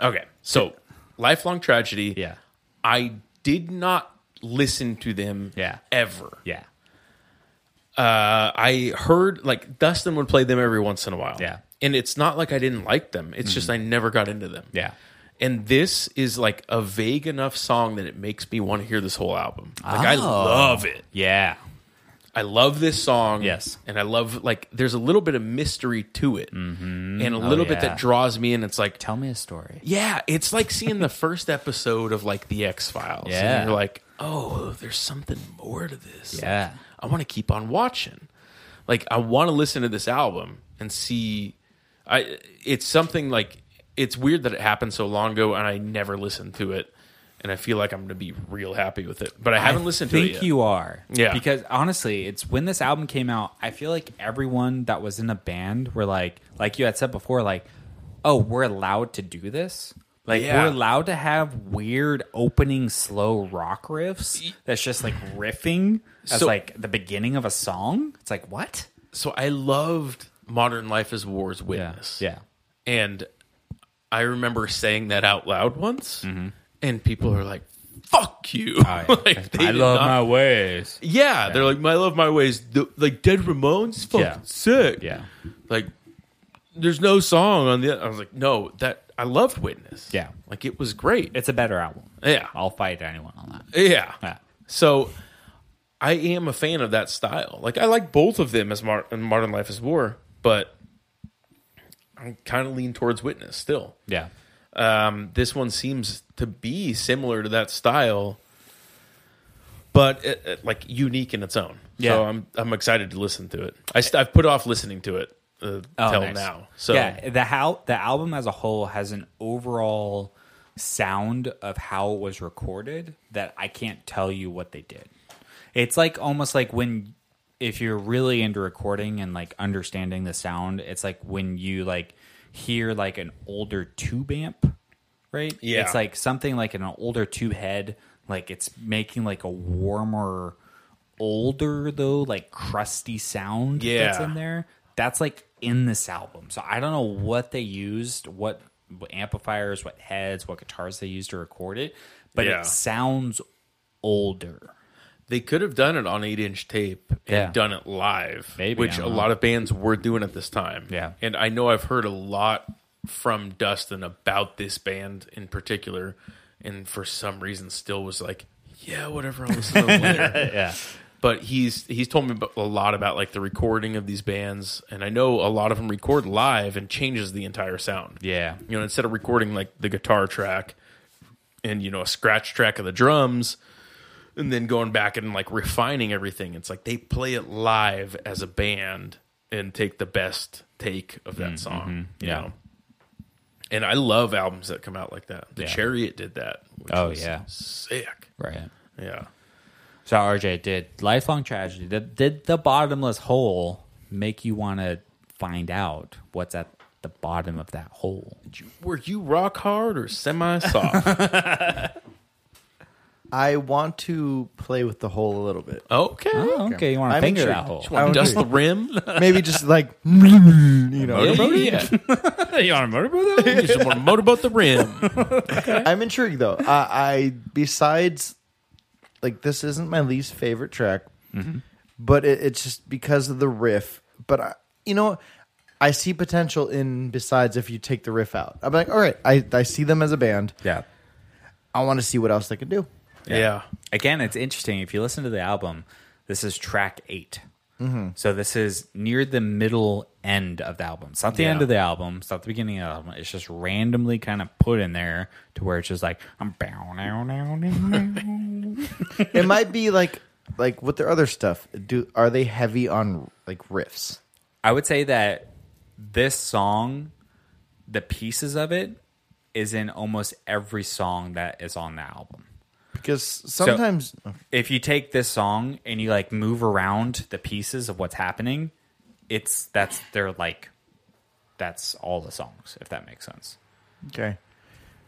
Okay, so lifelong tragedy. yeah, I did not listen to them. Yeah. ever. yeah, Uh, I heard like Dustin would play them every once in a while. Yeah. Mm-hmm. and it's not like I didn't like them. It's just I never got into them. yeah. And this is like a vague enough song that it makes me want to hear this whole album. Like I Oh. love it. Yeah, I love this song. Yes. And I love, like, there's a little bit of mystery to it and a little bit Mm-hmm. Oh, yeah. that draws me in. It's like, tell me a story. yeah, it's like seeing the first episode of, like, The X Files. Yeah. And you're like, oh, there's something more to this. Yeah. I want to keep on watching. Like, I want to listen to this album and see. I It's something like, it's weird that it happened so long ago and I never listened to it. And I feel like I'm going to be real happy with it. But I haven't listened to think it yet. you are. Yeah. Because honestly, it's when this album came out, I feel like everyone that was in a band were like, like you had said before, like, oh, we're allowed to do this. Like Yeah. we're allowed to have weird opening slow rock riffs that's just like riffing as So- like the beginning of a song. It's like what? so I loved Modern Life as War's Witness. Yeah. And I remember saying that out loud once, Mm-hmm. and people are like, fuck you. Like, they did not- ways. Yeah, they're like, I love my ways. The, like, Dead Ramones? Fucking Yeah. sick. Yeah. Like, there's no song on the. I was like, no, that I loved Witness. Yeah. like it was great. It's a better album. Yeah, I'll fight anyone on that. yeah. Yeah. So I am a fan of that style. Like I like both of them as Mar- in Modern Life is War, but I kind of lean towards Witness still. Yeah. Um, this one seems to be similar to that style, but it, it- like unique in its own. Yeah. So I'm I'm excited to listen to it. I st- I've put off listening to it uh, Oh, till nice. now. So yeah, the how the album as a whole has an overall sound of how it was recorded that I can't tell you what they did. It's like almost like when if you're really into recording and like understanding the sound, it's like when you like hear like an older tube amp, right? Yeah. It's like something like an older tube head, like it's making like a warmer older though like crusty sound that's Yeah. in there that's like in this album so i don't know what they used what, what amplifiers what heads what guitars they used to record it but Yeah. it sounds older they could have done it on eight inch tape and Yeah. done it live, Maybe, I which a don't know. lot of bands were doing at this time. Yeah. And I know I've heard a lot from Dustin about this band in particular, and for some reason still was like, yeah, whatever, I'll listen to it later. yeah But he's he's told me about- a lot about like the recording of these bands, and I know a lot of them record live and changes the entire sound yeah you know instead of recording like the guitar track and you know a scratch track of the drums and then going back and like refining everything it's like they play it live as a band and take the best take of that song Mm-hmm. you Yeah. know and i love albums that come out like that the Yeah. chariot did that which Oh, was yeah. sick right yeah so rj did lifelong tragedy did, did the bottomless hole make you want to find out what's at the bottom of that hole were you rock hard or semi soft I want to play with the hole a little bit. okay oh, okay you want to I'm finger intrigued. that hole Just wanna dust the rim Maybe just like you know. yeah, you want to motorboat that you just want to motorboat the rim I'm intrigued though. I, I besides, like this isn't my least favorite track, but it, it's just because of the riff. But I, you know, I see potential in besides if you take the riff out. I'm like, all right, I, I see them as a band. yeah I want to see what else they can do. yeah again, it's interesting. If you listen to the album, this is track 8 So this is near the middle end of the album. It's not the Yeah. end of the album. It's not the beginning of the album. It's just randomly kind of put in there to where it's just like I'm bow now now now. it might be like like with their other stuff. Do are they heavy on like riffs? I would say that this song, the pieces of it, is in almost every song that is on the album. Because sometimes if you take this song and you like move around the pieces of what's happening, it's that's they're like that's all the songs, if that makes sense. okay,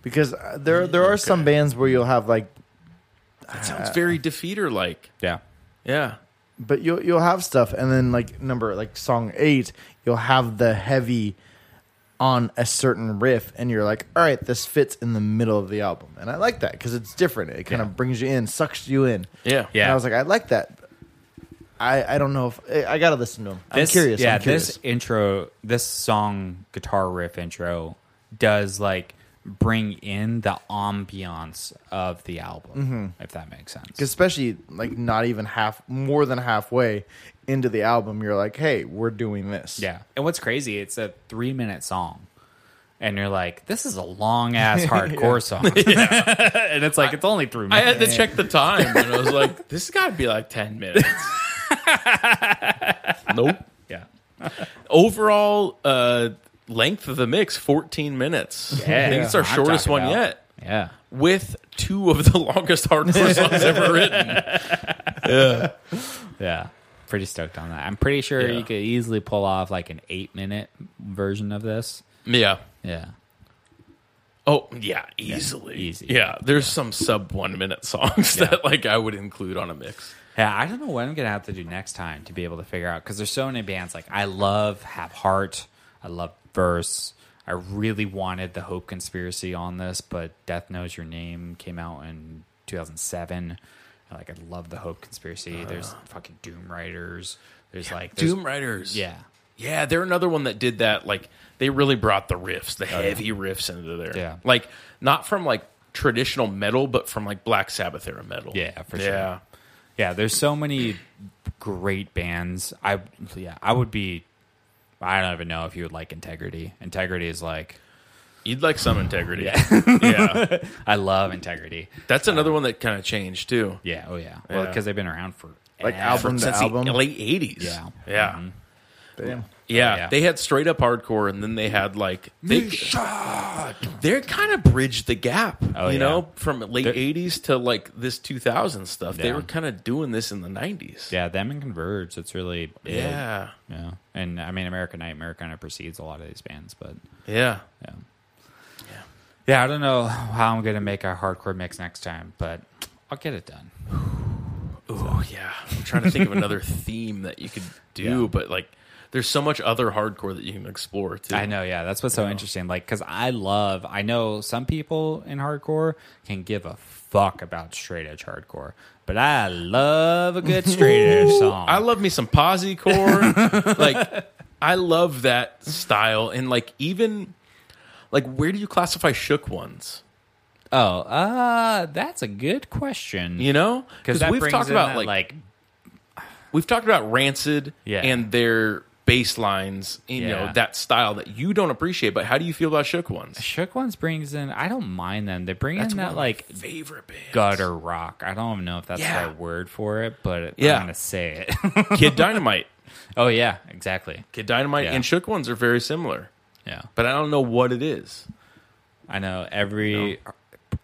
because uh, there there are some bands where you'll have like, that sounds very defeater like Yeah. Yeah. but you'll you'll have stuff, and then like number like song eight, you'll have the heavy on a certain riff, and you're like, all right, this fits in the middle of the album, and I like that because it's different. It kind Yeah. of brings you in, sucks you in. Yeah. Yeah. And I was like, I like that. I, I don't know if I, I got to listen to them. I'm this, curious. Yeah, I'm curious. this intro, this song guitar riff intro does like bring in the ambiance of the album, Mm-hmm. if that makes sense. especially like not even half more than halfway into the album you're like hey we're doing this Yeah. And what's crazy, it's a three minute song. And you're like, this is a long ass hardcore song. and it's like, it's only three I minutes. had to check the time and I was like, this has got to be like 10 minutes. nope. yeah. Overall uh, length of the mix, 14 minutes. I think it's our I'm shortest talking one about- yet Yeah. with two of the longest hardcore songs ever written. Yeah. Pretty stoked on that. I'm pretty sure Yeah. you could easily pull off like an eight minute version of this. Yeah. Yeah. Oh, yeah, easily. easy. Yeah, there's some sub one minute songs that like I would include on a mix. Yeah. I don't know what I'm going to have to do next time to be able to figure out because there's so many bands. Like, I love Have Heart. I love Verse. I really wanted the Hope Conspiracy on this, but Death Knows Your Name came out in 2007. Like, I Ah. love the Hope Conspiracy. There's fucking Doom Writers. There's like there's, Doom Riders. Yeah. Yeah, they're another one that did that. Like they really brought the riffs, the heavy riffs into there. Oh, Yeah. like not from like traditional metal, but from like Black Sabbath era metal. Yeah, for sure. yeah. Yeah, there's so many great bands. I yeah, I would be. I don't even know if you would like Integrity. Integrity is like You'd like some integrity. Yeah, yeah. I love Integrity. that's another one that kind of changed too. Yeah, oh yeah. Well, Yeah. because they've been around for Like ever. From the Since album? the late '80s. Yeah. Mm-hmm. Oh, yeah. Damn. Yeah, Yeah. they had straight up hardcore, and then they had like Mm-hmm. they they're kind of bridged the gap, Oh, you yeah. know, from late They're- '80s to like this 2000 stuff. They Yeah. were kind of doing this in the '90s. Yeah, them and Converge. That's really big. yeah, yeah. And I mean, American Nightmare kind of precedes a lot of these bands, but yeah. yeah, yeah, I don't know how I'm gonna make a hardcore mix next time, but I'll get it done. Oh yeah, I'm trying to think of another theme that you could do, Yeah. but like, there's so much other hardcore that you can explore too. I know, yeah. That's what's so interesting. Like, because I love, I know some people in hardcore can give a fuck about straight edge hardcore, but I love a good straight edge song. I love me some posse core. like I love that style, and like even like where do you classify shook ones? oh, uh, that's a good question. You know, because that we've brings talked in about that, like, like we've talked about Rancid Yeah. and their bass lines, you know Yeah. that style that you don't appreciate. But how do you feel about shook ones? Shook Ones brings in. I don't mind them. They bring in one that of like my favorite band gutter rock. I don't even know if that's Yeah. the right word for it, but Yeah. I'm gonna say it. Kid Dynamite. oh yeah, exactly. Kid Dynamite Yeah. and shook ones are very similar, Yeah, but I don't know what it is. I know every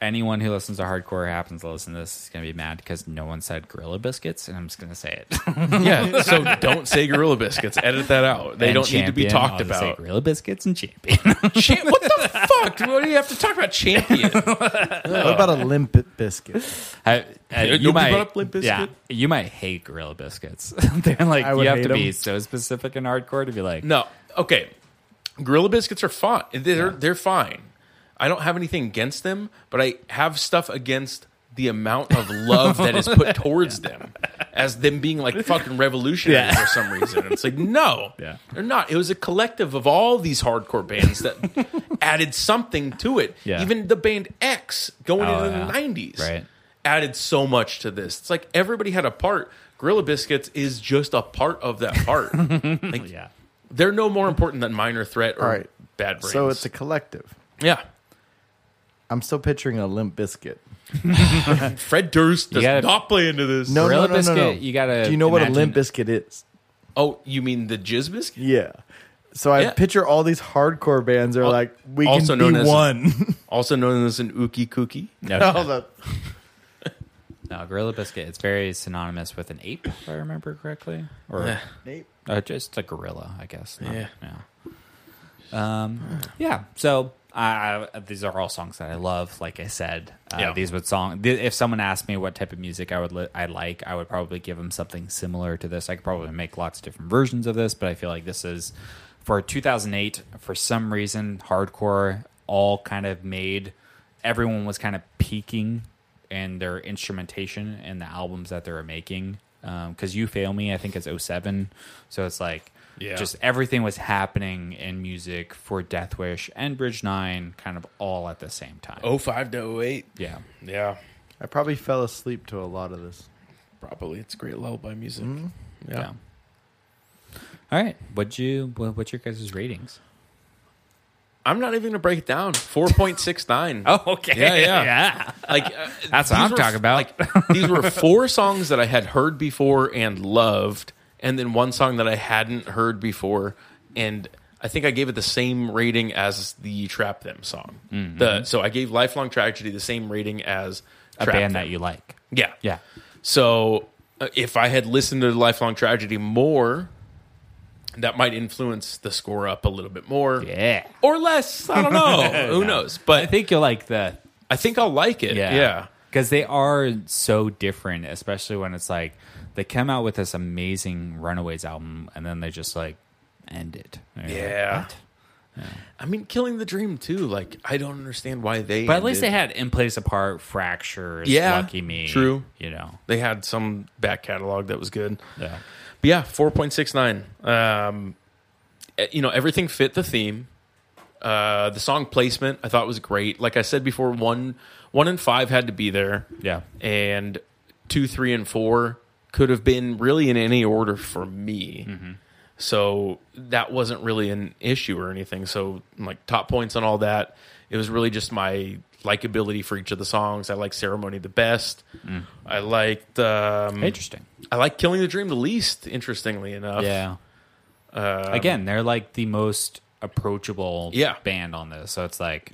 anyone who listens to hardcore happens to listen to this is gonna be mad because no one said Gorilla Biscuits, and I'm just gonna say it. Yeah, so don't say Gorilla Biscuits. Edit that out. They And don't need to be Champion, talked I'll just say about. Gorilla Biscuits and Champion. Champ- what the fuck? dude? What do you have to talk about champion? What about a limp biscuit? I, I, Nobody you might, brought up Limp Bizkit? yeah, you might hate Gorilla Biscuits. They're like I would you have hate to be 'em. so specific in hardcore to be like, No. Okay. Gorilla biscuits are fine. They're they're fine. I don't have anything against them, but I have stuff against the amount of love that is put towards them as them being like fucking revolutionaries for some reason. And it's like, no, Yeah. they're not. It was a collective of all these hardcore bands that added something to it. Yeah. Even the band X going Oh, into yeah. the 90s Right. added so much to this. It's like everybody had a part. Gorilla Biscuits is just a part of that part. like, yeah, they're no more important than minor threat or All right. bad brains. So it's a collective. yeah. I'm still picturing a limp biscuit. Fred Durst does gotta- not play into this. No, Gorilla no, no, no, no. Biscuit, you gotta Do you know what a imagine- limp biscuit is? Oh, you mean the jizz biscuit? Yeah. So I Yeah. Oh, picture all these hardcore bands are like we also can known be as- one. Also known as an ookie kookie. no, All the- No, Gorilla Biscuit. It's very synonymous with an ape, if I remember correctly, or uh, just a gorilla, I guess. Not- Yeah. yeah. Um. Yeah. So. I, I, these are all songs that I love. Like I said, uh, Yeah. these would song. Th- if someone asked me what type of music I would li- I like, I would probably give them something similar to this. I could probably make lots of different versions of this, but I feel like this is for 2008. For some reason, hardcore all kind of made everyone was kind of peaking in their instrumentation and the albums that they were making. Because you fail me, I think it's 07. so it's like Yeah. just everything was happening in music for Death Wish and Bridge Nine, kind of all at the same time. Oh five to 08. yeah, Yeah. I probably fell asleep to a lot of this. Probably. It's great lullaby music. Mm-hmm. yeah. All right, what'd you what, what's your guys' ratings? I'm not even going to break it down. 4.69. Oh, okay, Yeah, yeah. yeah. like uh, That's what these I'm were- talking about. Like, these were four songs that I had heard before and loved, and then one song that I hadn't heard before, and I think I gave it the same rating as the Trap Them song. Mm-hmm. The so I gave Lifelong Tragedy the same rating as A Trap band Them. that you like. yeah Yeah, So uh, if I had listened to Lifelong Tragedy more. That might influence the score up a little bit more, yeah. or less. I don't know. Who knows? But I think you'll like the I think I'll like it. Yeah. yeah. Because they are so different, especially when it's like they come out with this amazing Runaways album and then they just like end it. And you're like, Yeah. "What?" I mean, Killing the Dream too. Like, I don't understand why they. But at least they ended- had In Place Apart, Fractures, Yeah, Lucky Me. true. You know. they had some back catalog that was good. Yeah. But yeah, four point six nine. Um, eh, you know, everything fit the theme. Uh, the song placement I thought was great. Like I said before, one one and five had to be there. Yeah. and two, three, and four could have been really in any order for me. Mm-hmm. So that wasn't really an issue or anything. So like top points on all that. It was really just my likability for each of the songs. I like ceremony the best. I liked um, Mm. Interesting. I like Killing the Dream the least, interestingly enough. Yeah. Again, they're like the most approachable Um, Yeah. band on this. So it's like,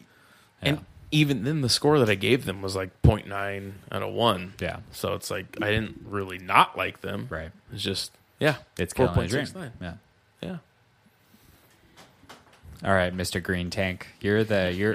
And even then, the score that I gave them was like 0.9 out of 1. Yeah. So it's like I didn't really not like them. Right. It's just, yeah. it's killing a dream. 4.69. Yeah. Yeah. All right, Mr. Green Tank, you're the you're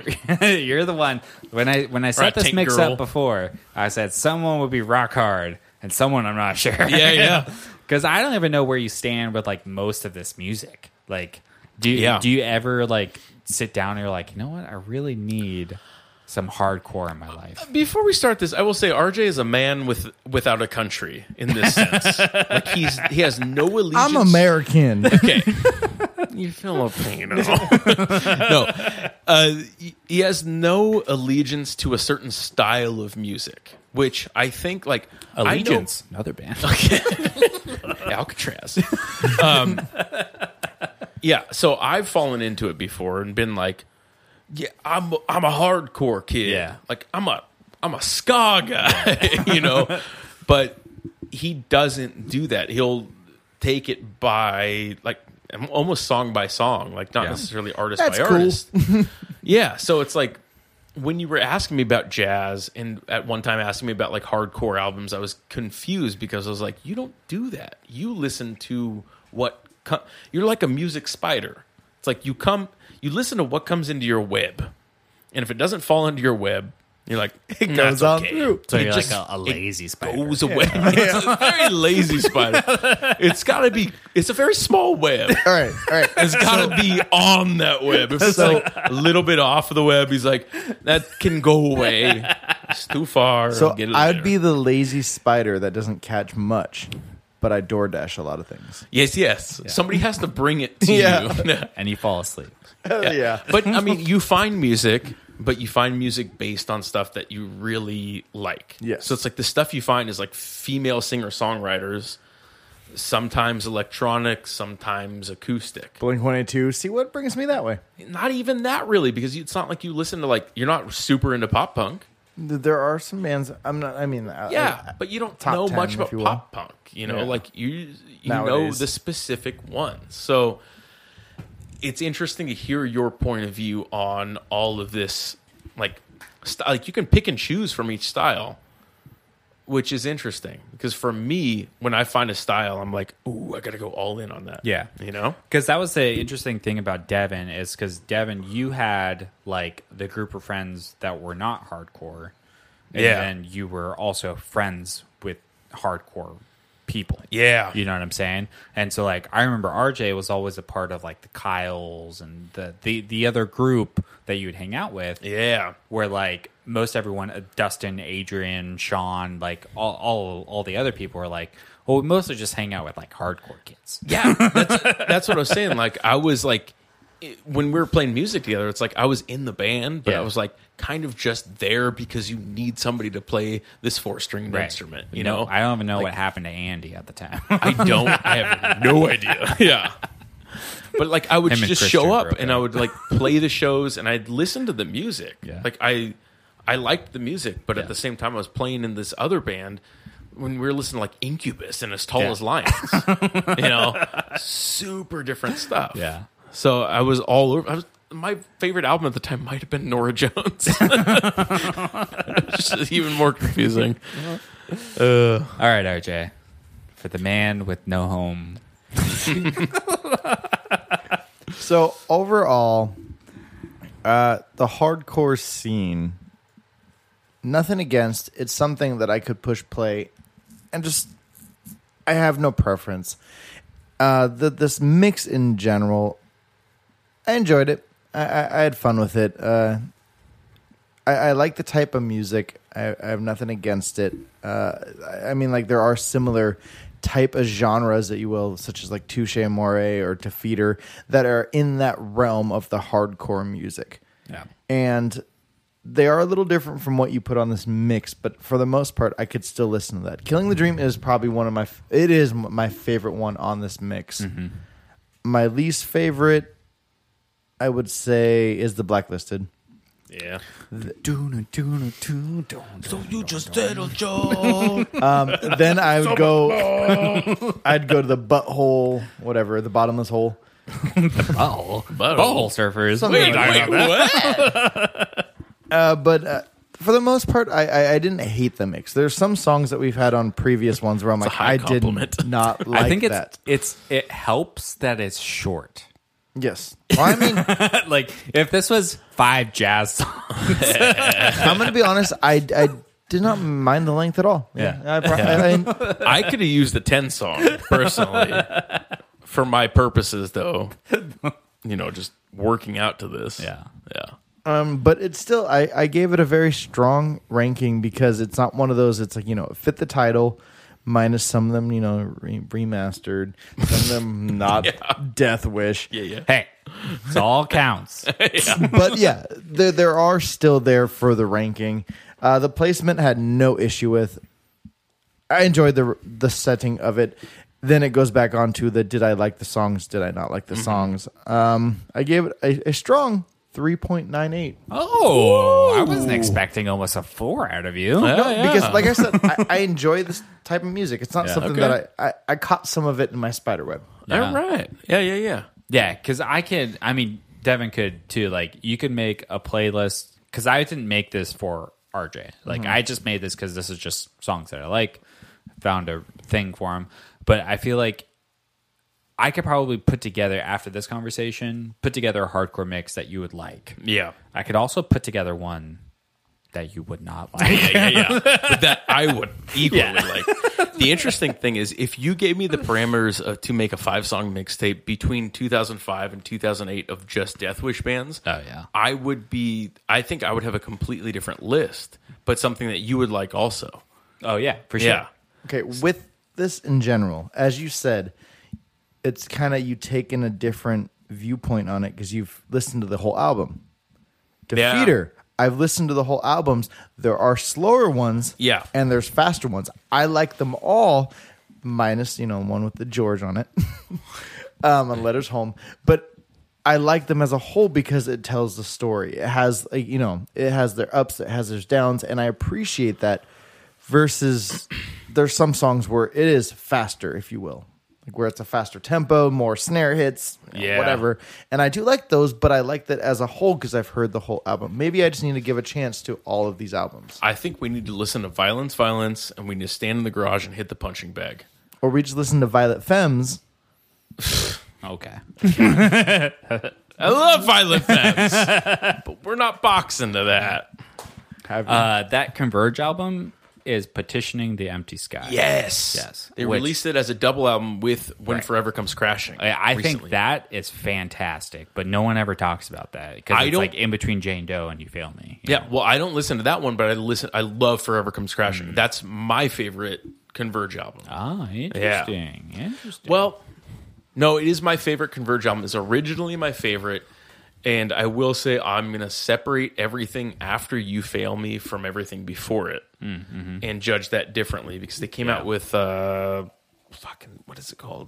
you're the one. When I when I set right, this Tank mix Girl. up before, I said someone would be rock hard and someone I'm not sure. Yeah, yeah. Because I don't even know where you stand with like most of this music. Like, do you, Yeah. do you ever like sit down and you're like, you know what? I really need some hardcore in my life. Before we start this, I will say RJ is a man with without a country in this sense. like he's he has no allegiance. I'm American. Okay. you Filipino. no. Uh, he- he has no allegiance to a certain style of music, which I think, like, I know- Allegiance, another band. Alcatraz. um, yeah, so I've fallen into it before and been like, yeah, I'm I'm a hardcore kid. Yeah. like I'm a I'm a ska guy, you know. But he doesn't do that. He'll take it by like almost song by song, like not Yeah. necessarily artist That's by cool. artist. yeah, so it's like when you were asking me about jazz and at one time asking me about like hardcore albums, I was confused because I was like, you don't do that. You listen to what co- you're like a music spider. It's like you come, you listen to what comes into your web, and if it doesn't fall into your web, you're like, it goes on through." so It you're just- like a, a it lazy spider. goes away. It's a very lazy spider. It's got to be. It's a very small web. all right, all right. It's got to be on that web. If it's So- like a little bit off of the web, he's like, that can go away. It's too far. So Get it later." I'd be the lazy spider that doesn't catch much, but I DoorDash a lot of things. Yes, yes. Somebody has to bring it to Yeah. you. and you fall asleep. Hell yeah. but I mean, you find music, but you find music based on stuff that you really like. Yes. So it's like the stuff you find is like female singer songwriters, sometimes electronic, sometimes acoustic. Blink 182, see what brings me that way. Not even that really, because it's not like you listen to like you're not super into pop punk. Th- There are some bands. I'm not, I mean, I- Yeah, I- but you don't top know 10, much if about you will. pop punk. You know, Yeah. like you you know Nowadays. the specific ones. So it's interesting to hear your point of view on all of this. Like, st- like you can pick and choose from each style, which is interesting because for me, when I find a style, I'm like, ooh, I gotta go all in on that. Yeah. you know, Because that was the interesting thing about Devin is because Devin, you had like the group of friends that were not hardcore, and Yeah. then you were also friends with hardcore people. Yeah. you know what I'm saying. And so, like, I remember RJ was always a part of like the Kyles and the the the other group that you would hang out with yeah, where like most everyone uh, Dustin, Adrian, Sean, like all all, all the other people were like, well, we mostly just hang out with like hardcore kids. Yeah, that's that's what I was saying. Like I was like it- when we were playing music together, it's like I was in the band, but Yeah. I was like kind of just there because you need somebody to play this four string instrument. You know, I don't even know what happened to Andy at the time. I don't. I have no idea. Yeah. But like I would Him and just Christian show up broke and I up. would like play the shows and I'd listen to the music. Yeah. Like I I liked the music, but at Yeah. the same time I was playing in this other band when we were listening to like Incubus and As Tall Yeah. as Lions. you know, super different stuff. Yeah. So I was all over I was my favorite album at the time might have been Nora Jones. Just even more confusing. Uh, All right, RJ, for the man with no home. So overall, uh, the hardcore scene, nothing against. It's something that I could push play, and just I have no preference. Uh, the, this mix in general, I enjoyed it. I, I, I had fun with it. Uh, I, I like the type of music. I, I have nothing against it. Uh, I, I mean, like there are similar type of genres that you will, such as like Touche Amore or Defeater, that are in that realm of the hardcore music. Yeah. And they are a little different from what you put on this mix, but for the most part, I could still listen to that. Killing the Dream is probably one of my, f- it is m- my favorite one on this mix. Mm-hmm. My least favorite, I would say, is the Blacklisted. Yeah. So Oh, you just said a Um, then I would go. I'd go to the butthole, whatever, the bottomless hole. butthole. Butthole. Butthole surfers. Something like Wait, what? Uh, but uh, for the most part, I, I I didn't hate the mix. There's some songs that we've had on previous ones where I'm like, high I did compliment. not like I think it's that. it's it helps that it's short. Yes. Well, I mean, like if this was five jazz songs, I'm going to be honest. I I did not mind the length at all. Yeah. I, pro- I- I- I could have used the 10 song personally for my purposes, though. You know, just working out to this. Yeah. Yeah. um, but it's still I I gave it a very strong ranking because it's not one of those. It's like you know, it fit the title. Minus some of them, you know, re- remastered. Some of them not Death Wish. Yeah. Yeah. hey, it all counts. but yeah, there there are still there for the ranking. Uh, the placement had no issue with. I enjoyed the the setting of it. Then it goes back on to the did I like the songs? Did I not like Mm-hmm. the songs? Um, I gave it a, a strong three point nine eight Oh, I wasn't expecting almost a four out of you. Yeah, Oh, yeah. because, like I said, I, I enjoy this type of music. It's not Yeah. something Okay. that I, I I caught some of it in my spider web. Yeah. All right. Yeah. Yeah. Yeah. Yeah, because I could. I mean, Devin could too. Like, you could make a playlist because I didn't make this for RJ. Like, Mm-hmm. I just made this because this is just songs that I like. Found a thing for him, but I feel like I could probably put together after this conversation, put together a hardcore mix that you would like. Yeah. I could also put together one that you would not like. Yeah, yeah, yeah. But that I would equally like. The interesting thing is, if you gave me the parameters of, to make a five song mixtape between 2005 and 2008 of just Death Wish bands, Oh, yeah. I would be. I think I would have a completely different list, but something that you would like also. oh yeah, for sure. Yeah, Okay, with this in general, as you said, it's kind of you taking a different viewpoint on it because you've listened to the whole album. Yeah. Defeater, I've listened to the whole albums. There are slower ones, Yeah. and there's faster ones. I like them all, minus you know one with the George on it, um, and letters home. But I like them as a whole because it tells the story. It has like, you know it has their ups, it has their downs, and I appreciate that. Versus, there's some songs where it is faster, if you will, like where it's a faster tempo, more snare hits, you know, Yeah. whatever and I do like those, but I like that as a whole because I've heard the whole album. Maybe I just need to give a chance to all of these albums, I think we need to listen to Violence, Violence, and we need to stand in the garage and hit the punching bag. or we just listen to Violet Femmes. Okay. I love Violent Femmes, but we're not boxing to that. Have Uh, that Converge album is petitioning the empty sky. Yes, Yes. They Which- released it as a double album with When Forever Comes Crashing. I, I think recently. that is fantastic, but no one ever talks about that because I it's don't- like in between Jane Doe and You Fail Me. you Yeah, know? well, I don't listen to that one, but I listen. I love Forever Comes Crashing. Mm-hmm. That's my favorite Converge album. Ah, interesting. Interesting. Well, no, it is my favorite Converge album. It's originally my favorite, and I will say I'm going to separate everything after You Fail Me from everything before it, Mm-hmm. and judge that differently because they came out with uh, fucking what is it called?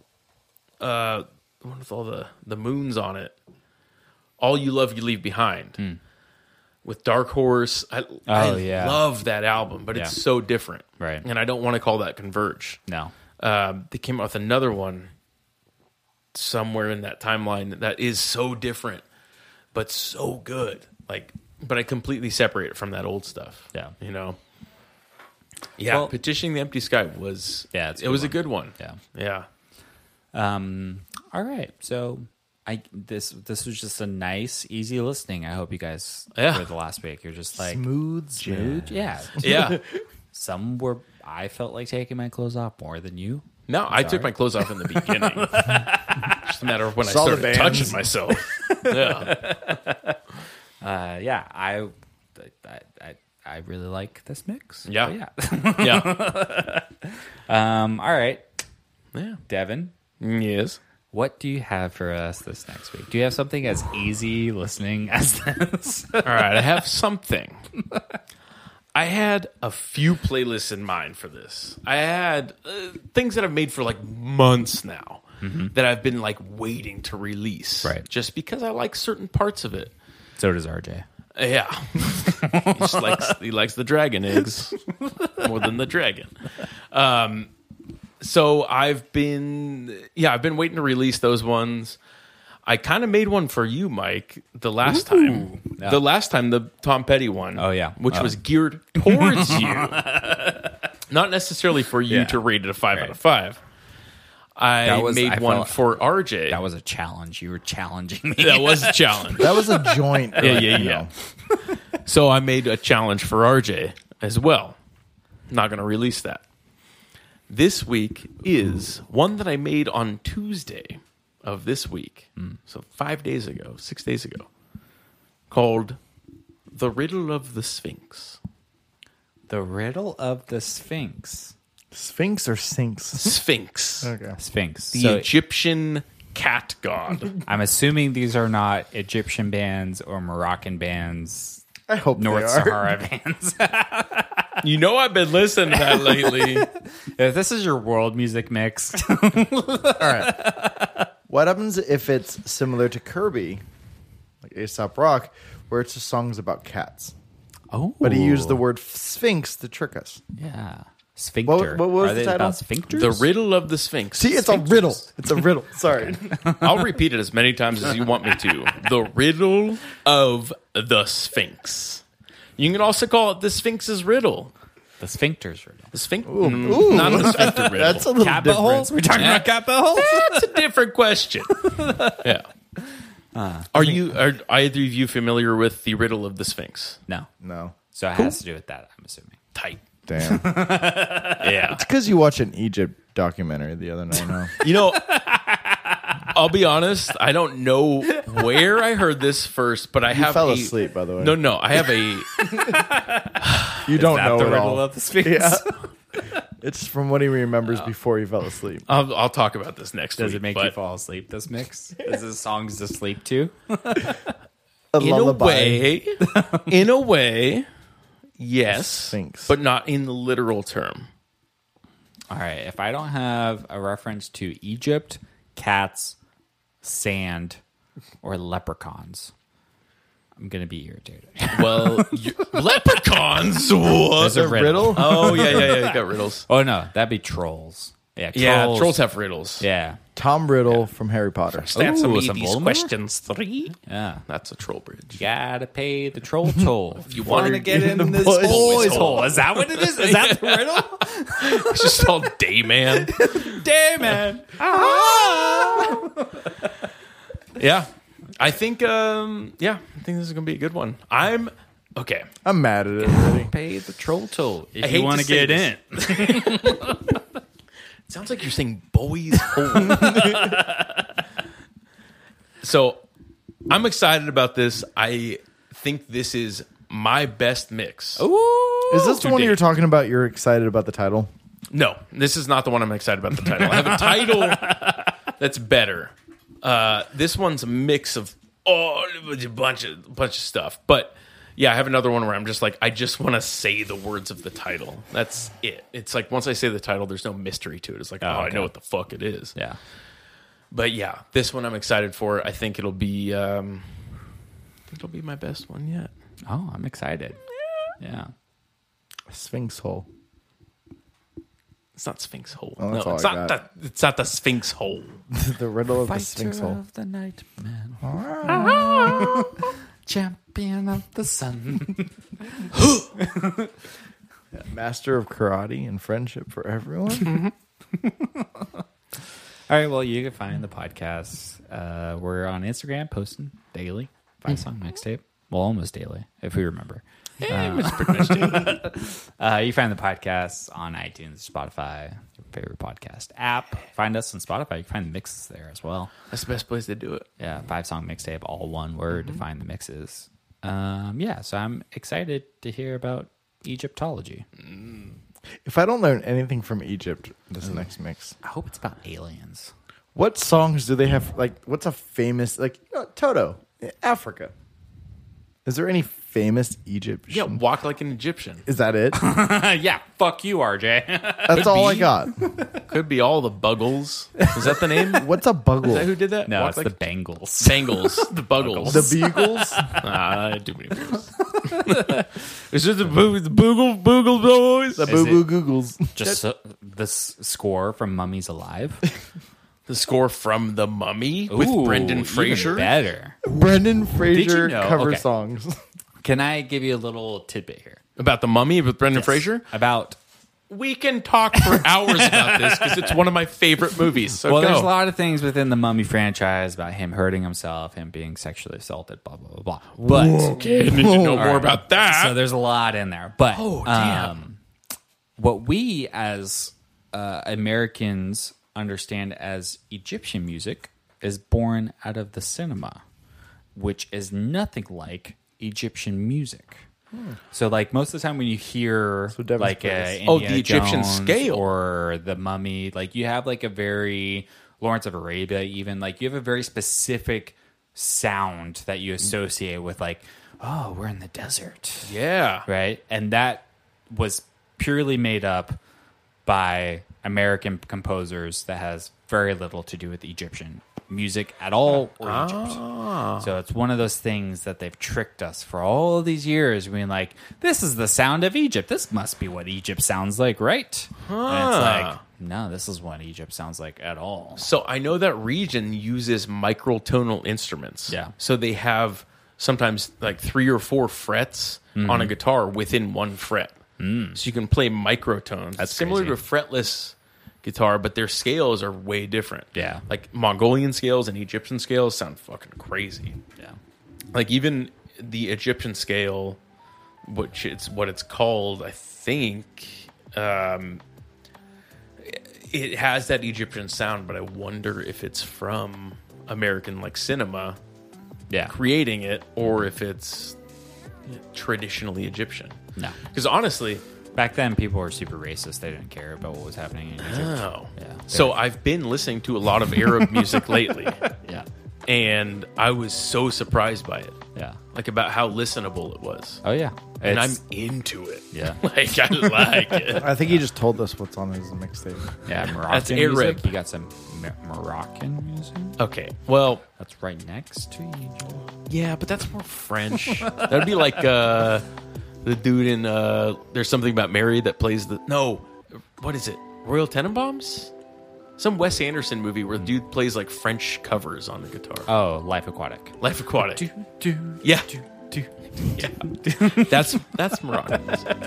Uh, the one with all the the moons on it. All you love, you leave behind. With Dark Horse, I, I Hmm. Oh, yeah. love that album, but Yeah. it's so different, Right. And I don't want to call that Converge. no. Um, they came out with another one somewhere in that timeline that is so different, but so good. Like, but I completely separate it from that old stuff. Yeah. you know. Yeah, Well- petitioning the empty sky was Yeah, it's a it good was one. a good one. Yeah. yeah, Um. All right. So. I this this was just a nice easy listening. I hope you guys Yeah. for the last week you're just like Smooth dude, yeah. yeah. Some were I felt like taking my clothes off more than you. No, I took my clothes off in the beginning. Just a matter of when Saw I the started bands. touching myself. yeah, Uh, yeah, I, I I I really like this mix. Yeah. But yeah. yeah. Um, all right. Yeah. Devin, Yes. what do you have for us this next week? Do you have something as easy listening as this? All right, I have something. I had a few playlists in mind for this. I had uh, things that I've made for like months now that I've been like waiting to release. Right. Just because I like certain parts of it. so does RJ. Yeah. he, just likes, he likes the dragon eggs more than the dragon. Um, so I've been, yeah, I've been waiting to release those ones. I kind of made one for you, Mike, the last time. Yeah. The last time, the Tom Petty one. Oh, yeah. Which Oh. was geared towards you, not necessarily for you to rate it a five out of five. I That was- made I one felt- for RJ. That was a challenge. You were challenging me. that was a challenge. That was a joint. yeah, yeah, yeah. so I made a challenge for RJ as well. Not going to release that. This week is one that I made on Tuesday of this week. So five days ago, six days ago, called The Riddle of the Sphinx. The riddle of the Sphinx. Sphinx or sinks? Sphinx, Okay. Sphinx. the so Egyptian cat god. I'm assuming these are not Egyptian bands or Moroccan bands, I hope North they are. Sahara bands. you know, I've been listening to that lately. if this is your world music mix, What happens if it's similar to Kirby, like Aesop Rock, where it's just songs about cats? oh, But he used the word sphinx to trick us. yeah sphincter. What- what was Are the they title? about sphincters? the Riddle of the Sphinx. See, it's a riddle. It's a riddle. Sorry. I'll repeat it as many times as you want me to. The riddle of the Sphinx. You can also call it the Sphinx's riddle. the sphincters riddle. The Sphinx, mm, not the Sphinx riddle. That's a little Cat different. buttholes? We're talking about cat buttholes? That's a different question. Yeah. are you are either of you familiar with the riddle of the Sphinx? no. No. So it has to do with that, I'm assuming. Tight. Damn. Yeah. Because you watched an Egypt documentary the other night. No. You know, I'll be honest. I don't know where I heard this first, but I have fell a- asleep, by the way. No, no, I have a You don't That know the it riddle all. of Uh, the Sphinx. Yeah. it's from what he remembers before he fell asleep. uh, I'll, I'll talk about this next Does week. it make you but- fall asleep, this mix? Is this songs to sleep to? A in lullaby. a way in a way yes Sphinx. but not in the literal term All right. If I don't have a reference to Egypt, cats, sand, or leprechauns, I'm going to be irritated. well you- leprechauns what There's a riddle. oh yeah yeah yeah you got riddles Oh, no. That'd be trolls. Yeah. Trolls. yeah trolls have riddles Yeah. Tom Riddle from Harry Potter. answer Ooh, me some these Voldemort? questions three Yeah. that's a troll bridge Gotta pay the troll toll. if you want to get in the this boys' boys hole Is that what it is? Is that the riddle? it's just all day man Damn man. yeah i think um yeah i think this is gonna be a good one i'm okay I'm mad at it already. Pay the troll toll if I hate you want to to say get in. Sounds like you're saying boys hole. so I'm excited about this. I think this is my best mix. Oh Is this the one date. you're talking about? You're excited about the title? no, this is not the one I'm excited about. The title. I have a title that's better. Uh, this one's a mix of all a bunch of bunch of stuff. But yeah, I have another one where I'm just like, I just want to say the words of the title. That's it. It's like once I say the title, there's no mystery to it. It's like, oh, I okay. know what the fuck it is. Yeah. but yeah, this one I'm excited for. I think it'll be, um, I think it'll be my best one yet. Oh, I'm excited. Yeah. Sphinx hole. It's not Sphinx Hole. Oh, no, that's all it's I not. The, got. it's not the Sphinx Hole. the riddle of the Sphinx hole. Ah. the night, man. Champion of the sun. Master of karate and friendship for everyone. All right. Well, you can find the podcast. Uh, we're on Instagram posting daily. Five song mixtape. Well, almost daily, if we remember. Uh, you find the podcast on iTunes, Spotify, your favorite podcast app. Find us on Spotify. You can find the mixes there as well. That's the best place to do it. Yeah, five song mixtape, all one word Mm-hmm. to find the mixes. Um, yeah, so I'm excited to hear about Egyptology. If I don't learn anything from Egypt, this next mix, I hope it's about aliens. what songs do they have? Like, what's a famous like you know, Toto, Africa? Is there any famous Egypt? Yeah, walk like an Egyptian. Is that it? yeah, fuck you, RJ. That's all I be. got. Could be all the Buggles. Is that the name? Is What's a bugle? that who did that? no, it's Walk like the Bengals. Bangles. The Buggles. the Beagles? Ah, too many Bangles. it's just the, boo- the Boogle Boogle Boys. The The, Boo Boo Googles. Just so, this score from Mummies Alive score from The Mummy with Ooh, Brendan even Fraser. Better. Brendan Fraser know- cover okay. songs. Can I give you a little tidbit here About The Mummy with Brendan Fraser? about? We can talk for hours about this because it's one of my favorite movies. So Well, go. there's a lot of things within the Mummy franchise about him hurting himself, him being sexually assaulted, blah blah blah blah. But Okay, I need to know Oh, more All right. about that. So there's a lot in there, but Oh, damn. Um, what we as uh, Americans understand as Egyptian music is born out of the cinema, which is nothing like Egyptian music. So, like most of the time when you hear Devin's like a place. Oh, the Indiana Egyptian Jones scale. or the Mummy, like you have like a very Lawrence of Arabia, even like you have a very specific sound that you associate with like, oh, we're in the desert yeah. right? And that was purely made up by American composers that has very little to do with Egyptian music at all or Ah. Egypt. So it's one of those things that they've tricked us for all these years being like, this is the sound of Egypt. This must be what Egypt sounds like, right? And it's like, no, this is what Egypt sounds like at all. So I know that region uses microtonal instruments. Yeah. So they have sometimes like three or four frets on a guitar within one fret. Mm-hmm. Mm. So you can play microtones. That's similar crazy. to a fretless guitar, but their scales are way different. Yeah. Like Mongolian scales and Egyptian scales sound fucking crazy. Yeah. Like even the Egyptian scale, which it's what it's called, I think. Um, it has that Egyptian sound, but I wonder if it's from American like cinema Yeah. creating it or if it's traditionally Egyptian. No. Because honestly, Back then, people were super racist. They didn't care about what was happening in Egypt. oh. Yeah. So I've been listening to a lot of Arab music lately, Yeah. and I was so surprised by it, Yeah. like about how listenable it was. Oh, yeah. and I'm It's- into it. Yeah. like I like it. I think he just told us what's on his mixtape. Yeah, Moroccan That's music. Arab. You got some Mo- Moroccan music. Okay. Well, That's right next to you. Yeah, but that's more French. That'd be like uh, the dude in uh, "There's Something About Mary" that plays the no, what is it? Royal Tenenbaums? Some Wes Anderson movie where the dude plays like French covers on the guitar. Oh, Life Aquatic. Life Aquatic. Yeah, yeah. that's that's Moroccan. music.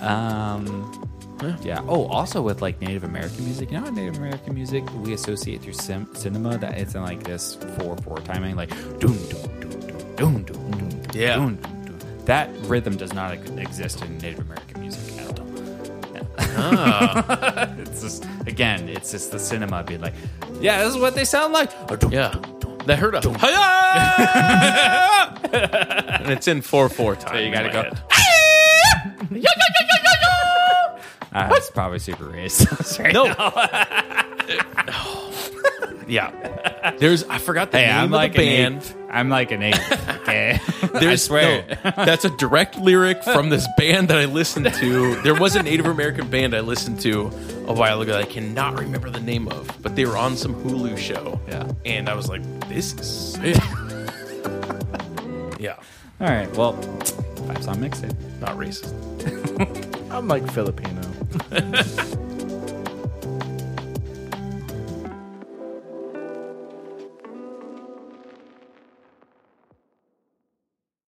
Um, yeah. Oh, also with like Native American music. You know how Native American music we associate through sim- cinema that it's in like this four four timing, like doom doom doom doom doom doom doom. Yeah. Doom, doom, doom. That rhythm does not ex- exist in Native American music at all. it's just again, it's just the cinema being like, yeah, this is what they sound like. Yeah, that hurt us. and it's in four four time. you in gotta my go. head. Uh, it's probably super racist. Right No. now. yeah. There's I forgot the Hey, name I'm of like the band. an eighth. I'm like an eighth. Okay. I There's, swear. no, that's a direct lyric from this band that I listened to. There was a Native American band I listened to a while ago that I cannot remember the name of, but they were on some Hulu show. Yeah. And I was like, this is sick. yeah. All right. Well, five song mixtape. Not racist. I'm like Filipino.